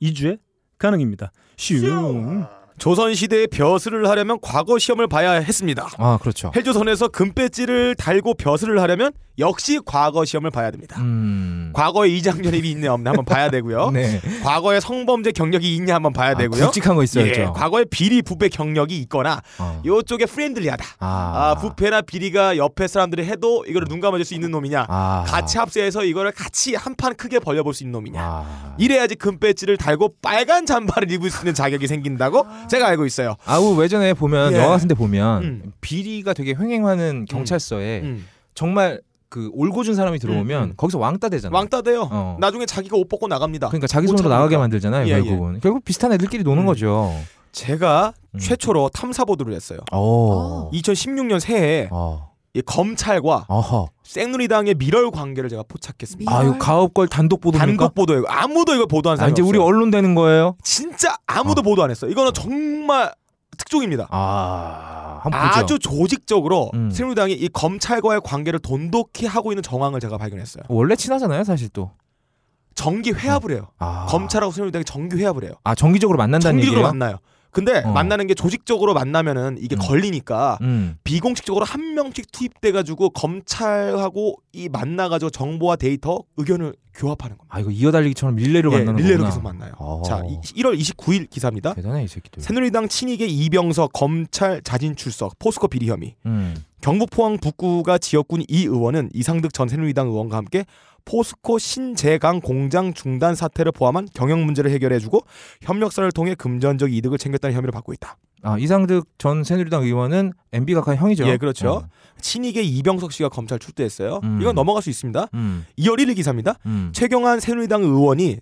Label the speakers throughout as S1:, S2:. S1: 2주에 가능입니다. 슝.
S2: 슝. 조선시대의 벼슬을 하려면 과거 시험을 봐야 했습니다.
S3: 아 그렇죠.
S2: 헬조선에서 금배지를 달고 벼슬을 하려면 역시 과거 시험을 봐야 됩니다.
S3: 음.
S2: 과거에 이장년이 있냐 없냐 한번 봐야 되고요.
S3: 네.
S2: 과거에 성범죄 경력이 있냐 한번 봐야 되고요.
S3: 아, 굵직한 거 있어야죠.
S2: 예, 과거에 비리 부패 경력이 있거나
S3: 어.
S2: 요쪽에 프렌들리하다.
S3: 아.
S2: 아, 부패나 비리가 옆에 사람들이 해도 이거를 눈 감아줄 수 있는 놈이냐.
S3: 아.
S2: 같이 합세해서 이거를 같이 한 판 크게 벌려볼 수 있는 놈이냐.
S3: 아.
S2: 이래야지 금배지를 달고 빨간 잠바를 입을 수 있는 자격이 생긴다고
S3: 아.
S2: 제가 알고 있어요.
S3: 아우 외전에 보면
S2: 예.
S3: 영화 같은데 보면
S2: 음.
S3: 비리가 되게 횡행하는 경찰서에
S2: 음.
S3: 정말 그 올고 준 사람이 들어오면
S2: 음, 음.
S3: 거기서 왕따 되잖아.
S2: 왕따 돼요.
S3: 어.
S2: 나중에 자기가 옷 벗고 나갑니다.
S3: 그러니까 자기 손으로
S2: 옷차림이다.
S3: 나가게 만들잖아요.
S2: 예,
S3: 결국은 결국 비슷한 애들끼리 노는
S2: 음.
S3: 거죠.
S2: 제가
S3: 음.
S2: 최초로 탐사 보도를 했어요.
S3: 어.
S2: 2016년 새해에
S3: 어.
S2: 이 검찰과
S3: 어허.
S2: 생누리당의 미럴 관계를 제가 포착했습니다.
S3: 아, 이거 가업 걸 단독 보도입니까?
S2: 단독 보도예요. 아무도 이걸
S3: 아,
S2: 보도한 사람이
S3: 이제
S2: 없어요.
S3: 우리 언론 되는 거예요?
S2: 진짜 아무도 보도 안 했어요. 이거는 정말 특종입니다.
S3: 아, 한번 보죠.
S2: 아주 조직적으로
S3: 음.
S2: 새누리당이 이 검찰과의 관계를 돈독히 하고 있는 정황을 제가 발견했어요.
S3: 원래 친하잖아요, 사실 또.
S2: 정기 회합을 해요.
S3: 아.
S2: 검찰하고 새누리당이 정기 회합을 해요.
S3: 아, 정기적으로 만난다는
S2: 정기적으로
S3: 얘기예요?
S2: 만나요. 근데
S3: 어.
S2: 만나는 게 조직적으로 만나면은 이게
S3: 음.
S2: 걸리니까
S3: 음.
S2: 비공식적으로 한 명씩 투입돼 가지고 검찰하고 이 만나 가지고 정보와 데이터 의견을 교합하는 겁니다.
S3: 아, 이거 이어달리기처럼 릴레이로
S2: 예,
S3: 만나는 네.
S2: 릴레이로
S3: 거구나.
S2: 계속 만나요.
S3: 어.
S2: 자, 이- 1월 29일 기사입니다.
S3: 대단해, 이 새끼들.
S2: 새누리당 친이계 이병석 검찰 자진 출석 포스코 비리 혐의.
S3: 음.
S2: 경북 포항 북구가 지역군 이 의원은 이상득 전 새누리당 의원과 함께 포스코 신재강 공장 중단 사태를 포함한 경영 문제를 해결해주고 협력사를 통해 금전적 이득을 챙겼다는 혐의를 받고 있다.
S3: 아, 이상득 전 새누리당 의원은 MB 각하 형이죠.
S2: 예, 그렇죠.
S3: 어.
S2: 친이계 이병석 씨가 검찰 출두했어요.
S3: 음.
S2: 이건 넘어갈 수 있습니다.
S3: 음.
S2: 2월 1일 기사입니다.
S3: 음.
S2: 최경환 새누리당 의원이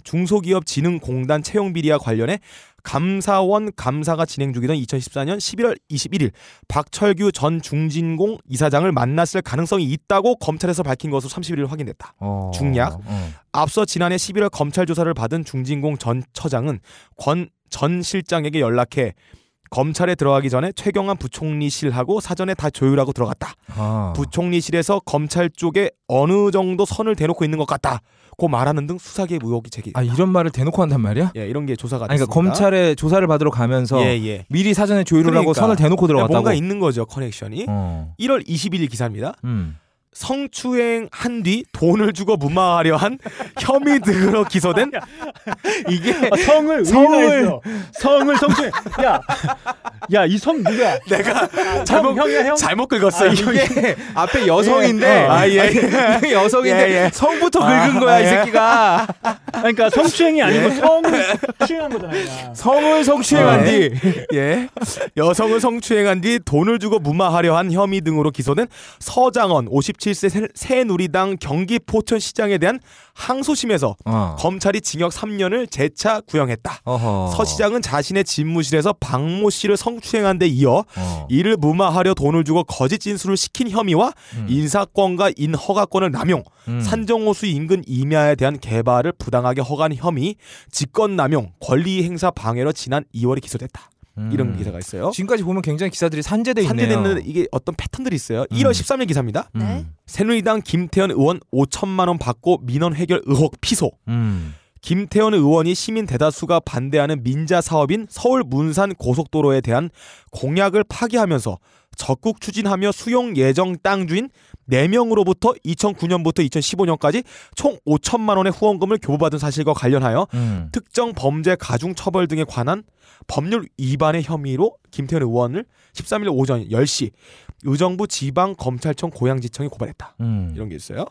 S2: 중소기업진흥공단 채용 비리와 관련해 감사원 감사가 진행 중이던 2014년 11월 21일 박철규 전 중진공 이사장을 만났을 가능성이 있다고 검찰에서 밝힌 것으로 31일 확인됐다.
S3: 어.
S2: 중략.
S3: 어.
S2: 앞서 지난해 11월 검찰 조사를 받은 중진공 전 처장은 권 전 실장에게 연락해 검찰에 들어가기 전에 최경환 부총리실하고 사전에 다 조율하고 들어갔다.
S3: 아.
S2: 부총리실에서 검찰 쪽에 어느 정도 선을 대놓고 있는 것 같다고 말하는 등 수사계 의혹이 제기.
S3: 아, 이런 말을 대놓고 한단 말이야?
S2: 예, 이런 게 조사가
S3: 아니, 그러니까
S2: 됐습니다.
S3: 검찰에 조사를 받으러 가면서
S2: 예, 예.
S3: 미리 사전에 조율을 하고
S2: 그러니까.
S3: 선을 대놓고 들어갔다고.
S2: 뭔가 있는 거죠 커넥션이.
S3: 어.
S2: 1월 21일 기사입니다.
S3: 음.
S2: 성추행 한 뒤 돈을 주고 무마하려 한 혐의 등으로 기소된 이게
S1: 아, 성을
S2: 성을-
S1: 성을 성을 성추행. 야, 야 이 성 누가?
S2: 내가
S1: 형
S2: 잘못
S1: 형이야 형.
S2: 잘못 긁었어요. 이게
S3: 아, 이게 앞에 여성인데
S1: 예, 어.
S2: 아, 예.
S3: 이게 여성인데
S2: 예, 예.
S3: 성부터
S2: 아,
S3: 긁은 거야 이
S2: 예.
S3: 새끼가
S1: 아니, 그러니까 성추행이 아니고 성을 추행한 거잖아요. 야.
S3: 성을 성추행한
S2: 어.
S3: 뒤
S2: 예. 여성을 성추행한 뒤 돈을 주고 무마하려 한 혐의 등으로 기소된 서장원 57세 새- 새누리당 경기 포천시장에 대한 항소심에서
S3: 어.
S2: 검찰이 징역 3년을 재차 구형했다.
S3: 어허.
S2: 서 시장은 자신의 집무실에서 박 모 씨를 성추행한 데 이어
S3: 어.
S2: 이를 무마하려 돈을 주고 거짓 진술을 시킨 혐의와
S3: 음.
S2: 인사권과 인허가권을 남용,
S3: 음.
S2: 산정호수 인근 임야에 대한 개발을 부당하게 허가한 혐의, 직권남용, 권리행사 방해로 지난 2월에 기소됐다.
S3: 음.
S2: 이런 기사가 있어요.
S3: 지금까지 보면 굉장히 기사들이 산재돼 있네요
S2: 산재되는 이게 어떤 패턴들이 있어요. 1월 13일 기사입니다.
S3: 음.
S4: 네.
S2: 새누리당 김태현 의원 5천만 원 받고 민원 해결 의혹 피소.
S3: 음.
S2: 김태현 의원이 시민 대다수가 반대하는 민자 사업인 서울 문산 고속도로에 대한 공약을 파기하면서 적극 추진하며 수용 예정 땅 주인 4명으로부터 2009년부터 2015년까지 총 5천만 원의 후원금을 교부받은 사실과 관련하여
S3: 음.
S2: 특정 범죄 가중 처벌 등에 관한 법률 위반의 혐의로 김태현 의원을 13일 오전 10시 의정부 지방 검찰청 고양지청에 고발했다.
S3: 음.
S2: 이런 게 있어요.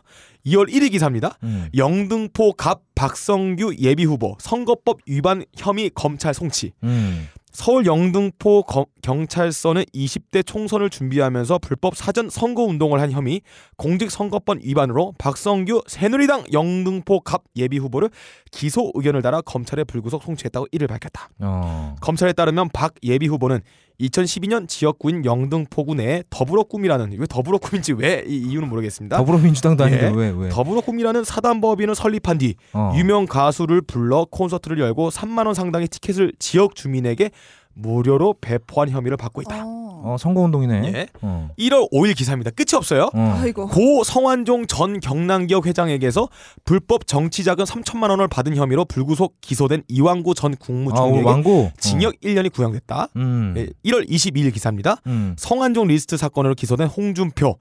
S2: 2월 1일 기사입니다.
S3: 음.
S2: 영등포 갑 박성규 예비 후보 선거법 위반 혐의 검찰 송치.
S3: 음.
S2: 서울 영등포 거- 경찰서는 20대 총선을 준비하면서 불법 사전 선거 운동을 한 혐의 공직선거법 위반으로 박성규 새누리당 영등포 갑 예비 후보를 기소 의견을 달아 검찰에 불구속 송치했다고 이를 밝혔다.
S3: 어.
S2: 검찰에 따르면 박 예비 후보는 2012년 지역구인 영등포구 내에 더불어꿈이라는 왜 더불어꿈인지 왜 이 이유는 모르겠습니다.
S3: 더불어민주당도 아닌데
S2: 예.
S3: 왜 왜?
S2: 더불어꿈이라는 사단법인을 설립한 뒤
S3: 어.
S2: 유명 가수를 불러 콘서트를 열고 3만 원 상당의 티켓을 지역 주민에게 무료로 배포한 혐의를 받고 있다.
S4: 어.
S3: 어, 선거운동이네.
S2: 예.
S3: 어.
S2: 1월 5일 기사입니다. 끝이 없어요.
S3: 어.
S4: 아이고.
S2: 고 성환종 전 경남기업 회장에게서 불법 정치자금 3천만 원을 받은 혐의로 불구속 기소된 이왕구 전
S3: 아, 오,
S2: 국무총리에게
S3: 왕고.
S2: 뭐 징역 1년이 구형됐다.
S3: 어. 음.
S2: 예, 1월 22일 기사입니다.
S3: 음.
S2: 성한종 리스트 사건으로 기소된 홍준표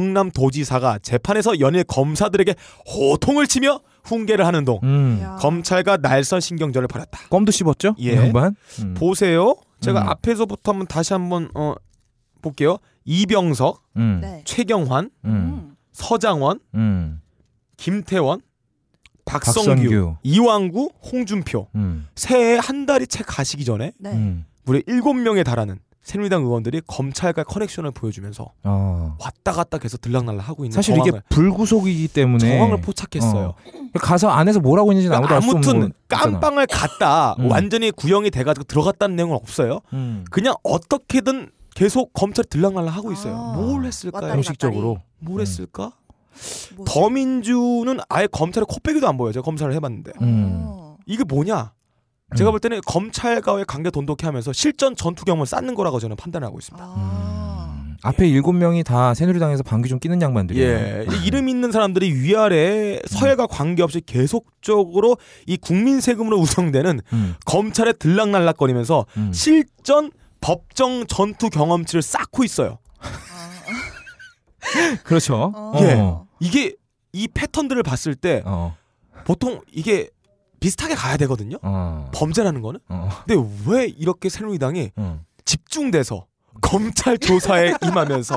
S2: 경남도지사가 재판에서 연일 검사들에게 호통을 치며 훈계를 하는 동
S3: 음.
S4: 야.
S2: 검찰과 날선 신경전을 벌였다.
S3: 껌도 씹었죠?
S2: 예.
S3: 이 양반. 음.
S2: 보세요. 제가
S3: 음.
S2: 앞에서부터 한번 다시 한번 어, 볼게요. 이병석,
S3: 음.
S4: 네.
S2: 최경환,
S3: 음.
S2: 서장원,
S3: 음.
S2: 김태원, 박성규, 이왕구, 홍준표.
S3: 음.
S2: 새해 한 달이 채 가시기 전에
S4: 네.
S3: 음.
S2: 무려 7명에 달하는 새누리당 의원들이 검찰과 커넥션을 보여주면서
S3: 어.
S2: 왔다 갔다 계속 들락날락 하고 있는
S3: 사실 이게
S2: 정황을,
S3: 불구속이기 때문에
S2: 정황을 포착했어요.
S3: 어.
S2: 그러니까
S3: 가서 안에서 뭐라고 있는지는 아무도 알 수 없는
S2: 아무튼
S3: 거 있잖아.
S2: 깜빵을 갔다
S3: 음.
S2: 완전히 구형이 돼가지고 들어갔다는 내용은 없어요.
S3: 음.
S2: 그냥 어떻게든 계속 검찰 들락날락 하고 있어요.
S4: 아.
S2: 뭘 했을까요?
S4: 왔다리 갔다리.
S3: 형식적으로. 네.
S2: 뭘 했을까?
S4: 뭐-
S2: 더민주는 아예 검찰에 코빼기도 안 보여요. 제가 검사를 해봤는데
S3: 음.
S4: 어.
S2: 이게 뭐냐? 제가 볼 때는 검찰과의 관계 돈독해하면서 실전 전투 경험을 쌓는 거라고 저는 판단하고 있습니다.
S4: 아.
S3: 음. 앞에 일곱 명이 다 새누리당에서 방귀 좀 끼는 양반들이에요.
S2: 예, 이 이름 있는 사람들이 위아래 서해가 관계없이 계속적으로 이 국민 세금으로 구성되는
S3: 음.
S2: 검찰에 들락날락거리면서
S3: 음.
S2: 실전 법정 전투 경험치를 쌓고 있어요.
S4: 아.
S3: 그렇죠.
S4: 어.
S2: 예.
S3: 어.
S2: 이게 이 패턴들을 봤을 때
S3: 어.
S2: 보통 이게 비슷하게 가야 되거든요.
S3: 어.
S2: 범죄라는 거는.
S3: 어.
S2: 근데 왜 이렇게 새누리당이
S3: 어.
S2: 집중돼서 검찰 조사에 임하면서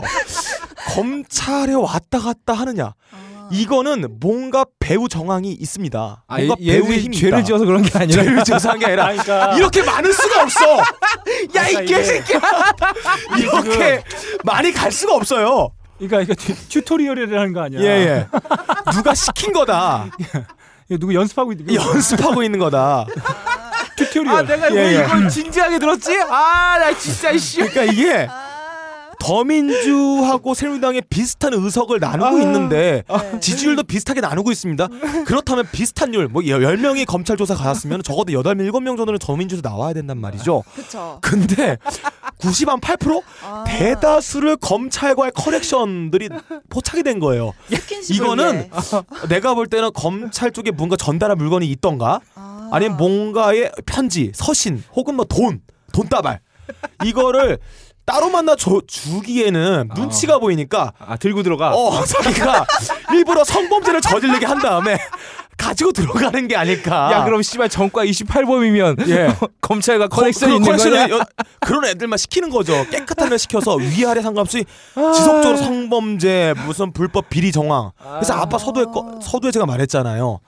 S2: 검찰에 왔다 갔다 하느냐?
S4: 아.
S2: 이거는 뭔가 배우 정황이 있습니다.
S3: 아,
S2: 뭔가
S3: 얘-
S2: 배우의
S3: 얘들이
S2: 힘이
S3: 죄를
S2: 있다.
S3: 지어서 그런 게 아니라
S2: 죄를 지어서 한 게 아니라
S1: 그러니까
S2: 이렇게 많을 수가 없어. 그러니까
S1: 야, 이 개새끼야.
S2: 이렇게 많이 갈 수가 없어요.
S1: 그러니까 이거 튜- 튜토리얼이라는 거 아니야?
S2: 예, 예. 누가 시킨 거다.
S1: 이거 누구 연습하고 있는 거
S2: 연습하고 있는 거다.
S1: 튜토리얼.
S3: 아 내가
S2: 예, 왜 예.
S3: 이걸 진지하게 들었지? 아나 진짜 이씨
S2: 그러니까 이게
S4: 아.
S2: 더민주하고 새누리당의 비슷한 의석을
S3: 아.
S2: 나누고 있는데
S4: 네.
S2: 지지율도 비슷하게 나누고 있습니다. 그렇다면 비슷한 율, 뭐 10명이 검찰 조사 갔으면 적어도 8명, 7명 정도는 더민주도 나와야 된단 말이죠.
S4: 그쵸.
S2: 근데 90한 8%
S4: 아.
S2: 대다수를 검찰과의 커넥션들이 포착이 된 거예요.
S4: 스킨십을
S2: 이거는
S4: 위해.
S2: 내가 볼 때는 검찰 쪽에 뭔가 전달한 물건이 있던가
S4: 아.
S2: 아니면 뭔가의 편지, 서신 혹은 뭐 돈, 돈다발 이거를 따로 만나 줘, 주기에는
S3: 아.
S2: 눈치가 보이니까
S3: 아 들고 들어가
S2: 어 자기가 일부러 성범죄를 저지르게 한 다음에 가지고 들어가는 게 아닐까.
S3: 야 그럼 씨발 정과 28범이면
S2: 예.
S3: 검찰과
S2: 거-
S3: 커넥션
S2: 그
S3: 있는 거냐?
S2: 커넥션을 여- 그런 애들만 시키는 거죠. 깨끗하면 시켜서 위아래 상관없이
S3: 아.
S2: 지속적으로 성범죄 무슨 불법 비리 정황. 그래서 아빠 서두에 거, 서두에 제가 말했잖아요.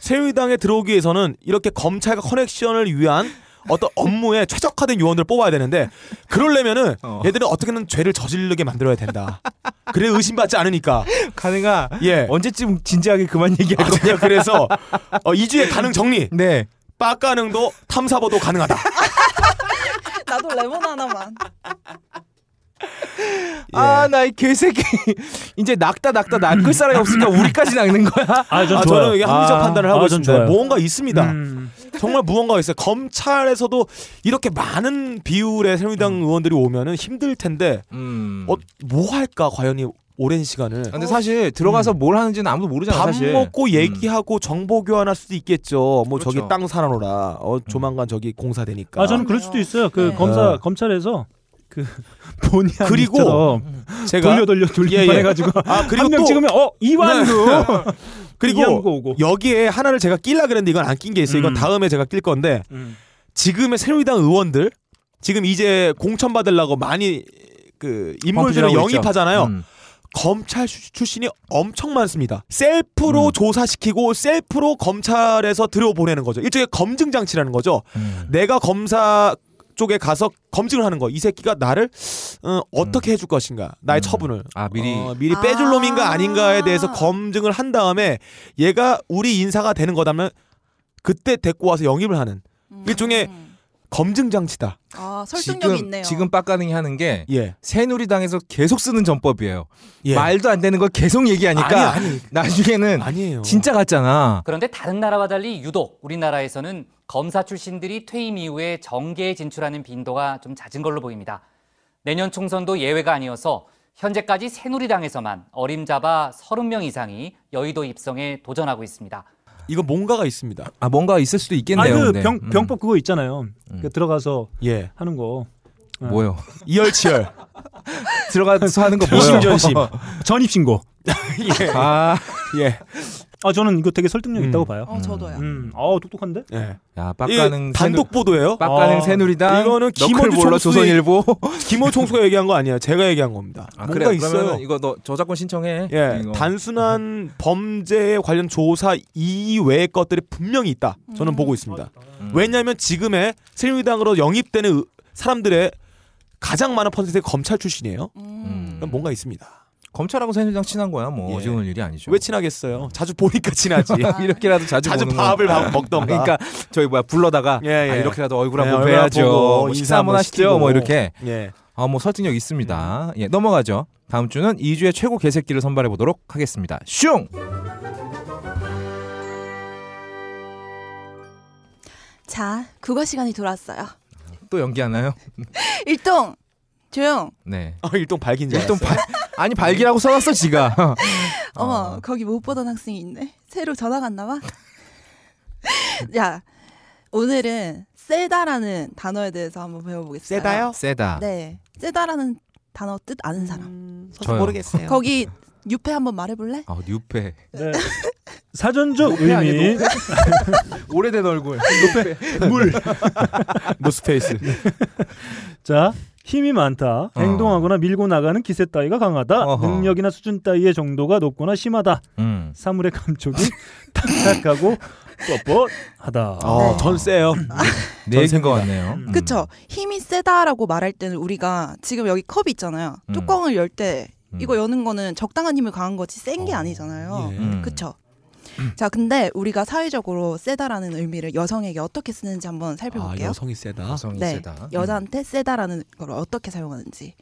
S2: 새누리당에 들어오기 위해서는 이렇게 검찰과 커넥션을 위한 어떤 업무에 최적화된 요원들을 뽑아야 되는데 그러려면은
S3: 어.
S2: 얘들은 어떻게든 죄를 저지르게 만들어야 된다. 그래 의심받지 않으니까.
S3: 가능아
S2: 예.
S3: 언제쯤 진지하게 그만 얘기할
S2: 아,
S3: 거야?
S2: 제가 그래서 어, 이주의 가능 정리.
S3: 네.
S2: 빡가능도 탐사보도 가능하다.
S4: 나도 레몬 하나만.
S2: 예.
S3: 아 나 이 개새끼 이제 낙다 낙다 낚을 사람이 없으니까 우리까지 낚는 거야?
S1: 아, 전
S2: 아,
S1: 좋아요.
S2: 저는 이게 합리적
S3: 아,
S2: 판단을 하고
S1: 아, 전
S2: 있습니다.
S1: 좋아요.
S2: 뭔가 있습니다.
S1: 음.
S2: 정말 무언가가 있어요. 검찰에서도 이렇게 많은 비율의 새누리당
S1: 음.
S2: 의원들이 오면은 힘들 텐데
S3: 음.
S2: 어, 뭐 할까 과연 이 오랜 시간을
S3: 근데 사실 들어가서 뭘 하는지는 아무도 모르잖아
S2: 음. 밥
S3: 아, 사실.
S2: 먹고
S3: 음.
S2: 얘기하고 정보 교환할 수도 있겠죠. 뭐
S3: 그렇죠.
S2: 저기 땅 사놓으라. 어, 조만간 저기 공사되니까.
S1: 음. 아 저는 그럴 수도 있어요. 그
S4: 네.
S1: 검사
S2: 어.
S1: 검찰에서 그 본의 아닌
S2: 그리고
S1: 것처럼
S2: 제가
S1: 돌려 돌려 돌려
S2: 예, 예.
S1: 해가지고
S2: 아 그리고
S1: 한 명
S2: 또 네.
S1: 찍으면 어 이완구 이완구
S2: 그리고
S1: 오고
S2: 여기에 하나를 제가 끼려 그랬는데 이건 안 낀 게 있어요. 이건
S1: 음.
S2: 다음에 제가 낄 건데
S1: 음.
S2: 지금의 새누리당 의원들 지금 이제 공천 받으려고 많이 그 인물들을
S3: 펌프질하고
S2: 영입하잖아요.
S3: 음.
S2: 검찰 출- 출신이 엄청 많습니다. 셀프로
S3: 음.
S2: 조사시키고 셀프로 검찰에서 들여보내는 거죠. 일종의 검증 장치라는 거죠.
S3: 음.
S2: 내가 검사 쪽에 가서 검증을 하는 거. 이 새끼가 나를 어, 어떻게 해줄 것인가. 나의
S3: 음.
S2: 처분을.
S3: 아 미리
S2: 어, 미리 빼줄
S4: 아.
S2: 놈인가 아닌가에 대해서 검증을 한 다음에 얘가 우리 인사가 되는 거다면 그때 데리고 와서 영입을 하는
S4: 음.
S2: 일종의- 검증 장치다.
S4: 아 설득력이
S3: 지금
S4: 있네요.
S3: 지금 빡가능이 하는 게
S2: 예.
S3: 새누리당에서 계속 쓰는 전법이에요.
S2: 예.
S3: 말도 안 되는 걸 계속 얘기하니까
S2: 아니, 아니.
S3: 나중에는
S2: 아니에요.
S3: 진짜 같잖아.
S5: 그런데 다른 나라와 달리 유독 우리나라에서는 검사 출신들이 퇴임 이후에 정계에 진출하는 빈도가 좀 잦은 걸로 보입니다. 내년 총선도 예외가 아니어서 현재까지 새누리당에서만 어림잡아 30명 이상이 여의도 입성에 도전하고 있습니다.
S2: 이거 뭔가가 있습니다.
S3: 아 뭔가 있을 수도 있겠네요. 근데.
S1: 아그병
S3: 음.
S1: 병법 그거 있잖아요. 그 들어가서
S2: 예.
S1: 하는 거.
S3: 뭐요?
S2: 이열치열.
S3: 들어가서 하는 거 뭐요?
S1: 이심전심 전입신고.
S2: 예.
S3: 아,
S2: 예.
S1: 아 저는 이거 되게 설득력 있다고 봐요.
S4: 어, 저도요.
S1: 음, 아 똑똑한데?
S2: 예.
S3: 야
S2: 이
S3: 빡가는
S2: 단독 보도예요.
S3: 새누...
S2: 어,
S3: 빡가는
S1: 아,
S3: 새누리당
S2: 이거는 김어준
S3: 몰라
S2: 총수의-
S3: 조선일보.
S2: 김호 총수가 얘기한 거 아니에요. 제가 얘기한 겁니다.
S3: 아,
S2: 뭔가
S3: 그래
S2: 있어요.
S3: 그러면 이거 너 저작권 신청해.
S2: 예,
S3: 이거.
S2: 단순한 범죄에 관련 조사 이외의 것들이 분명히 있다. 저는 보고 있습니다.
S3: 음.
S2: 왜냐하면 지금의 새누리당으로 영입되는 의- 사람들의 가장 많은 퍼센트가 검찰 출신이에요.
S4: 음.
S2: 그럼 뭔가
S3: 그렇죠.
S2: 있습니다.
S3: 검찰하고 새누리당 친한 거야 뭐
S2: 예.
S3: 어지운 일이 아니죠.
S2: 왜 친하겠어요? 자주 보니까 친하지.
S3: 이렇게라도 자주
S2: 자주
S3: 보는 거.
S2: 밥을 밥 먹던가.
S3: 그러니까 저희 뭐야 불러다가
S2: 아, 예, 예.
S3: 아, 이렇게라도 얼굴 한번
S2: 얼굴 한번
S3: 뵈야죠.
S2: 보고
S3: 뭐
S2: 인사
S3: 식사 한번
S2: 한번
S3: 하시죠.
S2: 시키고.
S3: 뭐 이렇게.
S2: 예.
S3: 아 뭐 설득력 있습니다. 예 넘어가죠. 다음 주는 2주의 최고 개새끼를 선발해 보도록 하겠습니다. 슝.
S4: 자, 국어 시간이 돌아왔어요.
S3: 또 연기하나요?
S4: 일동 조용.
S3: 네.
S2: 아, 일동 밝긴 줄
S3: 일단
S2: 알았어요.
S3: 발 아니 발기라고 써놨어 지가.
S4: 어머,
S3: 어.
S4: 거기 못 보던 학생이 있네. 새로 전화 갔나 봐. 야, 오늘은 세다라는 단어에 대해서 한번 배워보겠어요.
S2: 세다요?
S3: 세다.
S4: 네, 세다라는 단어 뜻
S2: 음.
S4: 아는 사람.
S2: 저도
S3: 저요.
S2: 모르겠어요.
S4: 거기 유패 한번 말해볼래?
S3: 아 뉴페.
S1: 네. 사전적
S3: 노폐 아니에요,
S1: 의미.
S3: 오래된 얼굴. 뉴페. 물.
S2: 노스페이스.
S1: 자, 힘이 많다. 행동하거나 밀고 나가는 기세 따위가 강하다.
S3: 어허.
S1: 능력이나 수준 따위의 정도가 높거나 심하다.
S3: 음.
S1: 사물의 감촉이 딱딱하고 뻣뻣하다. 아,
S2: 어, 전 세요.
S3: 네 얘기인 것 같네요. 음.
S4: 그쵸. 힘이 세다라고 말할 때는 우리가 지금 여기 컵이 있잖아요.
S3: 음.
S4: 뚜껑을 열 때
S3: 음.
S4: 이거 여는 거는 적당한 힘을 가한 거지 센 게
S2: 어,
S4: 아니잖아요.
S2: 예.
S3: 음.
S4: 그쵸. 자, 근데 우리가 사회적으로 세다라는 의미를 여성에게 어떻게 쓰는지 한번
S2: 아,
S4: 살펴볼게요.
S2: 여성이 세다.
S3: 여성이
S4: 네,
S3: 세다. 음.
S4: 여자한테 세다라는 걸 어떻게 사용하는지.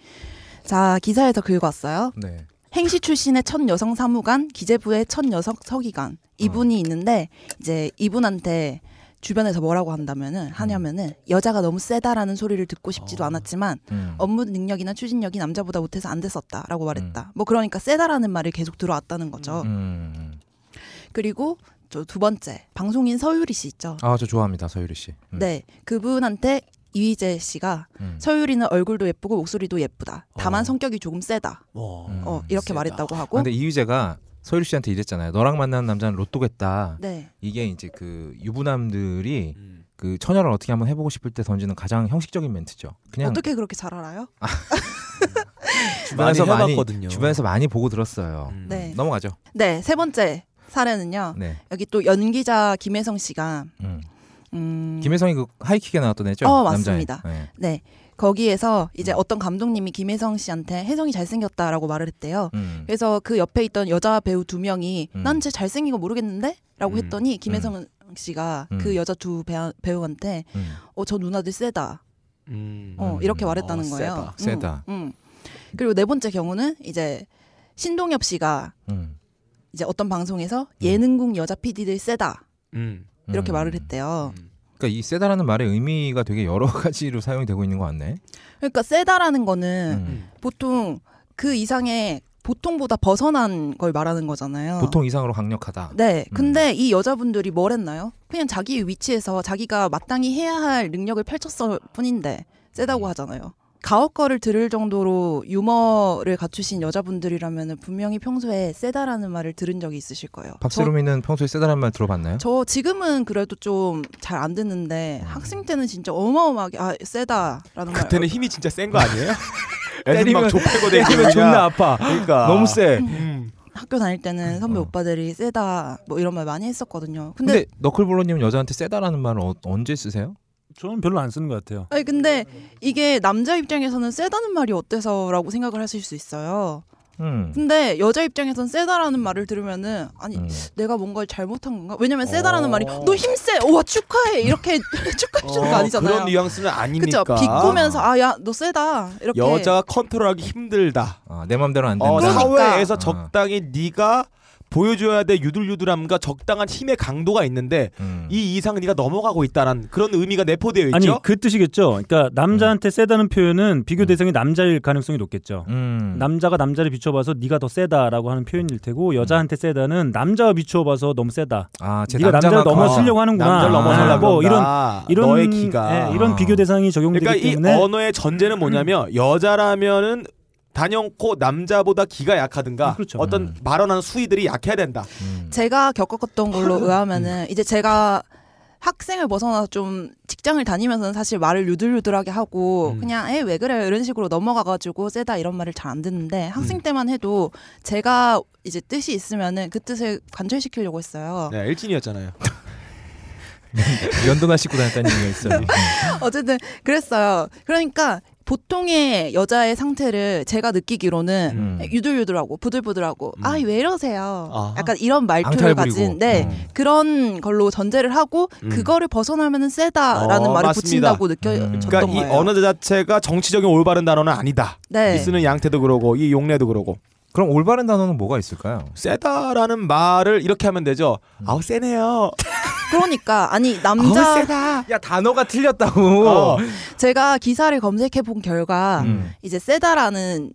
S4: 자, 기사에서 긁었어요.
S3: 음. 네.
S4: 행시 출신의 첫 여성 사무관, 기재부의 첫 여성 서기관
S3: 어.
S4: 이분이 있는데 이제 이분한테 주변에서 뭐라고
S3: 음.
S4: 한다면은 하냐면은 여자가 너무 세다라는 소리를 듣고 싶지도 않았지만
S3: 음.
S4: 업무 능력이나 추진력이 남자보다 못해서 안 됐었다라고 말했다. 뭐 그러니까 세다라는 말을 계속 들어왔다는 거죠.
S3: 음.
S4: 그리고 저 두 번째 방송인 서유리 씨 있죠.
S3: 아저 좋아합니다 서유리 씨. 음.
S4: 네, 그분한테 이휘재 씨가
S3: 음.
S4: 서유리는 얼굴도 예쁘고 목소리도 예쁘다. 다만
S2: 어.
S4: 성격이 조금 세다.
S2: 어.
S3: 음.
S4: 어 이렇게
S2: 세다.
S4: 말했다고
S3: 아,
S4: 하고.
S3: 근데 이휘재가 서유리 씨한테 이랬잖아요. 너랑 만나는 남자는 로또겠다.
S4: 네.
S3: 이게 이제 그 유부남들이
S2: 음.
S3: 그 처녀를 어떻게 한번 해보고 싶을 때 던지는 가장 형식적인 멘트죠. 그냥
S4: 어떻게 그렇게 잘 알아요?
S3: 주변에서
S2: 많이
S3: 많이,
S2: 해봤거든요.
S3: 주변에서 많이 보고 들었어요.
S2: 음.
S4: 네. 어.
S3: 넘어가죠.
S4: 네, 세 번째 사례는요.
S3: 네.
S4: 여기 또 연기자 김혜성 씨가
S3: 음.
S4: 음,
S3: 김혜성이 그 하이킥에 나왔던 애죠.
S4: 어,
S3: 남자애.
S4: 맞습니다.
S3: 네.
S4: 네. 거기에서 이제
S3: 음.
S4: 어떤 감독님이 김혜성 씨한테 혜성이 잘생겼다라고 말을 했대요.
S3: 음.
S4: 그래서 그 옆에 있던 여자 배우 두 명이
S3: 음.
S4: 난 쟤 잘생긴 거 모르겠는데? 라고
S2: 음.
S4: 했더니 김혜성 씨가
S3: 음.
S4: 그 여자 두 배, 배우한테
S3: 음.
S4: 어, 저 누나들 세다.
S2: 음.
S4: 어,
S3: 음.
S4: 이렇게 말했다는
S2: 어,
S4: 거예요.
S3: 세다, 세다.
S4: 음, 음. 그리고 네 번째 경우는 이제 신동엽 씨가
S3: 음.
S4: 이제 어떤 방송에서 예능국 여자 PD들 세다.
S2: 음.
S4: 이렇게
S3: 음.
S4: 말을 했대요.
S2: 음.
S3: 그러니까 이 세다라는 말의 의미가 되게 여러 가지로 사용이 되고 있는 것 같네.
S4: 그러니까 세다라는 거는
S3: 음.
S4: 보통 그 이상의 보통보다 벗어난 걸 말하는 거잖아요.
S3: 보통 음. 이상으로 강력하다.
S4: 네. 근데 이 여자분들이 뭘 했나요? 그냥 자기 위치에서 자기가 마땅히 해야 할 능력을 펼쳤을 뿐인데
S3: 음.
S4: 세다고 하잖아요. 가옥거를 들을 정도로 유머를 갖추신 여자분들이라면 분명히 평소에 세다라는 말을 들은 적이 있으실 거예요.
S3: 박세롬이는 평소에 세다라는 말 들어봤나요?
S4: 저, 저 지금은 그래도 좀 잘 안 듣는데
S3: 음.
S4: 학생 때는 진짜 어마어마하게 아 세다라는 말
S2: 그때는 힘이 진짜 센 거 아니에요? 음. 애들
S3: 때리면-
S2: 막 좁혀고 되고
S3: 때리면 존나
S2: 아파. 그러니까
S3: 너무 세.
S2: 음.
S4: 학교 다닐 때는 선배
S3: 어.
S4: 오빠들이 세다 뭐 이런 말 많이 했었거든요. 근데,
S3: 근데, 너클볼로님 여자한테 세다라는 말을 어- 언제 쓰세요?
S1: 저는 별로 안 쓰는 것 같아요.
S4: 아니 근데 이게 남자 입장에서는 세다는 말이 어때서라고 생각을 하실 수 있어요.
S3: 음.
S4: 근데 여자 입장에선 세다라는 말을 들으면은 아니
S3: 음.
S4: 내가 뭔가를 잘못한 건가? 왜냐면 세다라는
S2: 어.
S4: 말이 너 힘세, 와 축하해 이렇게 축하해 주는 거
S2: 어,
S4: 아니잖아요.
S2: 그런 뉘앙스는 아니니까.
S4: 그쵸? 비꼬면서 아 야 너 세다 이렇게
S2: 여자가 컨트롤하기 힘들다.
S3: 아, 내 맘대로 안 된다.
S2: 어,
S4: 그러니까.
S2: 사회에서
S3: 어.
S2: 적당히 네가 보여줘야 될 유들유들함과 적당한 힘의 강도가 있는데
S3: 음.
S2: 이 이상 네가 넘어가고 있다란 그런 의미가 내포되어 있죠.
S1: 아니 그 뜻이겠죠. 그러니까 남자한테 세다는 표현은 비교
S3: 음.
S1: 대상이 남자일 가능성이 높겠죠.
S3: 음.
S1: 남자가 남자를 비춰봐서 네가 더 세다라고 하는 표현일 테고 여자한테 세다는 남자와 비춰봐서 너무 세다.
S3: 아, 제
S1: 네가 남자를
S3: 남자가-
S1: 넘어서려고 하는구나.
S2: 남자를 넘어서려고
S1: 뭐 이런
S2: 한다.
S1: 이런
S2: 아, 너의 기가
S1: 예, 이런 비교 대상이 적용되기
S2: 그러니까 이
S1: 때문에 음.
S2: 언어의 전제는 뭐냐면 여자라면은 단연코 남자보다 기가 약하든가
S1: 그렇죠.
S2: 어떤 발언하는 수위들이 약해야 된다.
S3: 음.
S4: 제가 겪었던 걸로 의하면은 이제 제가 학생을 벗어나서 좀 직장을 다니면서는 사실 말을 유들유들하게 하고
S2: 음.
S4: 그냥 에 왜 그래 이런 식으로 넘어가가지고 세다 이런 말을 잘 안 듣는데 학생 때만 해도 제가 이제 뜻이 있으면은 그 뜻을 관철시키려고 했어요.
S2: 네, 일진이었잖아요.
S3: 연도나 씻고 다녔다는 얘기가 있어요.
S1: 음.
S4: 어쨌든 그랬어요. 그러니까 보통의 여자의 상태를 제가 느끼기로는
S3: 음.
S4: 유들유들하고 부들부들하고
S2: 음.
S4: 아 왜 이러세요?
S2: 아하.
S4: 약간 이런 말투를
S3: 앙탈 부리고.
S4: 가진 네
S3: 음.
S4: 그런 걸로 전제를 하고
S2: 음.
S4: 그거를 벗어나면은 세다라는
S2: 어,
S4: 말을
S2: 맞습니다.
S4: 붙인다고 느껴졌던
S3: 음.
S2: 그러니까 이
S4: 거예요.
S2: 언어 자체가 정치적인 올바른 단어는 아니다. 이
S4: 네.
S2: 쓰는 양태도 그러고 이 용례도 그러고
S3: 그럼 올바른 단어는 뭐가 있을까요?
S2: 세다라는 말을 이렇게 하면 되죠.
S1: 음.
S2: 아우 세네요.
S4: 그러니까 아니
S2: 아우
S4: 남자
S2: 어, 세다.
S3: 야, 단어가 틀렸다고.
S2: 어.
S4: 제가 기사를 검색해 본 결과
S3: 음.
S4: 이제 세다라는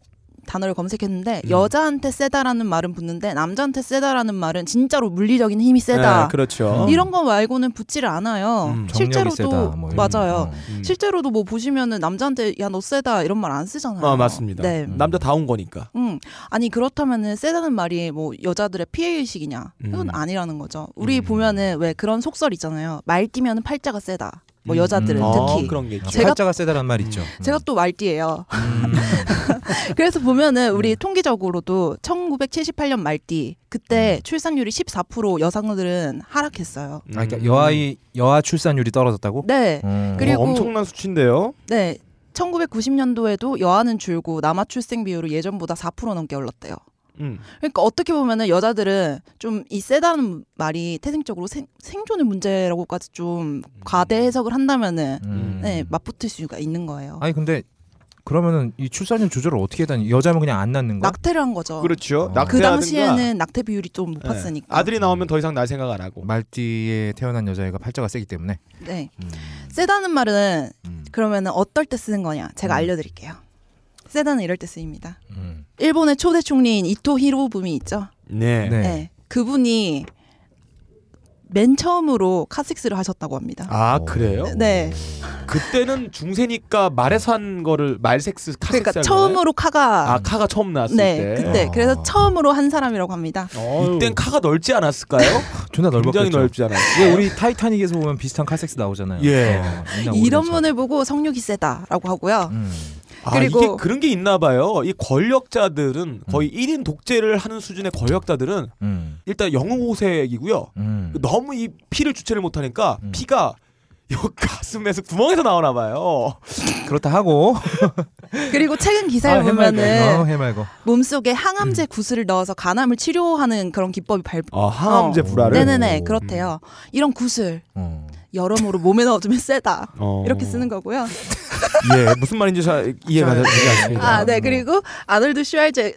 S4: 단어를
S2: 음.
S4: 검색했는데 여자한테 세다라는 말은 붙는데 남자한테 세다라는 말은 진짜로 물리적인 힘이 세다
S2: 네, 그렇죠.
S4: 이런 거 말고는 붙지를 않아요.
S2: 음,
S3: 정력이
S4: 실제로도
S3: 세다, 뭐 이런-
S4: 맞아요.
S3: 어.
S2: 음.
S4: 실제로도 뭐 보시면은 남자한테 야 너 세다 이런 말 안 쓰잖아요.
S2: 아 맞습니다.
S4: 네.
S2: 남자 다운 거니까.
S4: 음 아니 그렇다면은 세다는 말이 뭐 여자들의 피해 의식이냐 이건
S2: 음.
S4: 아니라는 거죠. 우리
S2: 음.
S4: 보면은 왜 그런 속설 있잖아요. 말띠면은 팔자가 세다. 뭐
S2: 음.
S4: 여자들은
S3: 음.
S4: 특히
S2: 아, 그런 게 있죠.
S4: 제가-
S3: 팔자가 세다란 말 있죠. 음.
S4: 제가 또 말띠예요. 그래서 보면은 우리 통계적으로도 1978년 말띠 그때 출산율이 14% 여성들은 하락했어요.
S3: 아,
S2: 음.
S1: 음.
S3: 그러니까 여아이 여아 출산율이 떨어졌다고?
S4: 네,
S3: 음.
S4: 그리고-
S2: 어, 엄청난 수치인데요.
S4: 네. 1990년도에도 여아는 줄고 남아 출생 비율은 예전보다 4% 넘게 올랐대요.
S2: 음.
S4: 그러니까 어떻게 보면은 여자들은 좀 이 세다는 말이 태생적으로 생, 생존의 문제라고까지 좀 과대 해석을 한다면은
S3: 음.
S4: 네, 맞붙을 수가 있는 거예요.
S3: 아니 근데 그러면은 이 출산율 조절을 어떻게 했다니 여자면 그냥 안 낳는 거야?
S4: 낙태를 한 거죠.
S2: 그렇죠.
S3: 어. 그
S4: 그
S2: 낙태하든가.
S4: 당시에는 낙태 비율이
S2: 예.
S4: 좀 높았으니까.
S2: 아들이 나오면 더 이상 날 생각 안 하고.
S3: 말띠에 태어난 여자애가 팔자가 세기 때문에.
S4: 네.
S3: 음.
S4: 세다는 말은
S3: 음.
S4: 그러면은 어떨 때 쓰는 거냐? 제가
S3: 음.
S4: 알려드릴게요. 세다는 이럴 때 쓰입니다.
S3: 음.
S4: 일본의 초대 총리인 이토 히로부미 있죠.
S2: 네.
S3: 네.
S4: 네. 그분이 맨 처음으로 카식스를 하셨다고 합니다.
S2: 아
S3: 어.
S2: 그래요?
S4: 네.
S2: 그때는 중세니까 말에서 한 거를 말색스 카색스
S4: 그러니까
S2: 할 거예요?
S4: 처음으로 카가
S2: 아 카가 처음 나왔을
S4: 네
S2: 때.
S4: 그때
S3: 아.
S4: 그래서 처음으로 한 사람이라고 합니다.
S1: 어휴.
S2: 이땐 카가 넓지 않았을까요?
S3: 존나 넓었겠죠.
S2: 굉장히 넓지 않아요.
S4: 네.
S3: 왜 우리 타이타닉에서 보면 비슷한 칼섹스 나오잖아요.
S2: 예.
S3: 어, 옛날
S4: 이런
S3: 오래전.
S4: 분을 보고 성욕이 세다라고 하고요.
S3: 음.
S2: 아,
S4: 그리고-
S2: 이게 그런 게 있나 봐요. 이 권력자들은 거의 1인 독재를 하는 수준의 권력자들은
S3: 음.
S2: 일단 영웅호색이고요.
S3: 음.
S2: 너무 이 피를 주체를 못하니까
S3: 음.
S2: 피가 요 가슴에서 구멍에서 나오나 봐요.
S3: 그렇다 하고
S4: 그리고 최근 기사에
S3: 아, 해맑어.
S4: 보면은
S3: 어, 해맑어.
S4: 몸속에 항암제 구슬을 넣어서 간암을 치료하는 그런 기법이 발.
S2: 아 항암제
S3: 어.
S2: 불화를.
S4: 네네네
S3: 오.
S4: 그렇대요. 이런 구슬
S3: 어.
S4: 여러모로 몸에 넣어주면 세다
S2: 어.
S4: 이렇게 쓰는 거고요.
S2: 예, 무슨 말인지 잘 이해가 되지 않습니다.
S4: 아, 네. 그리고 아놀드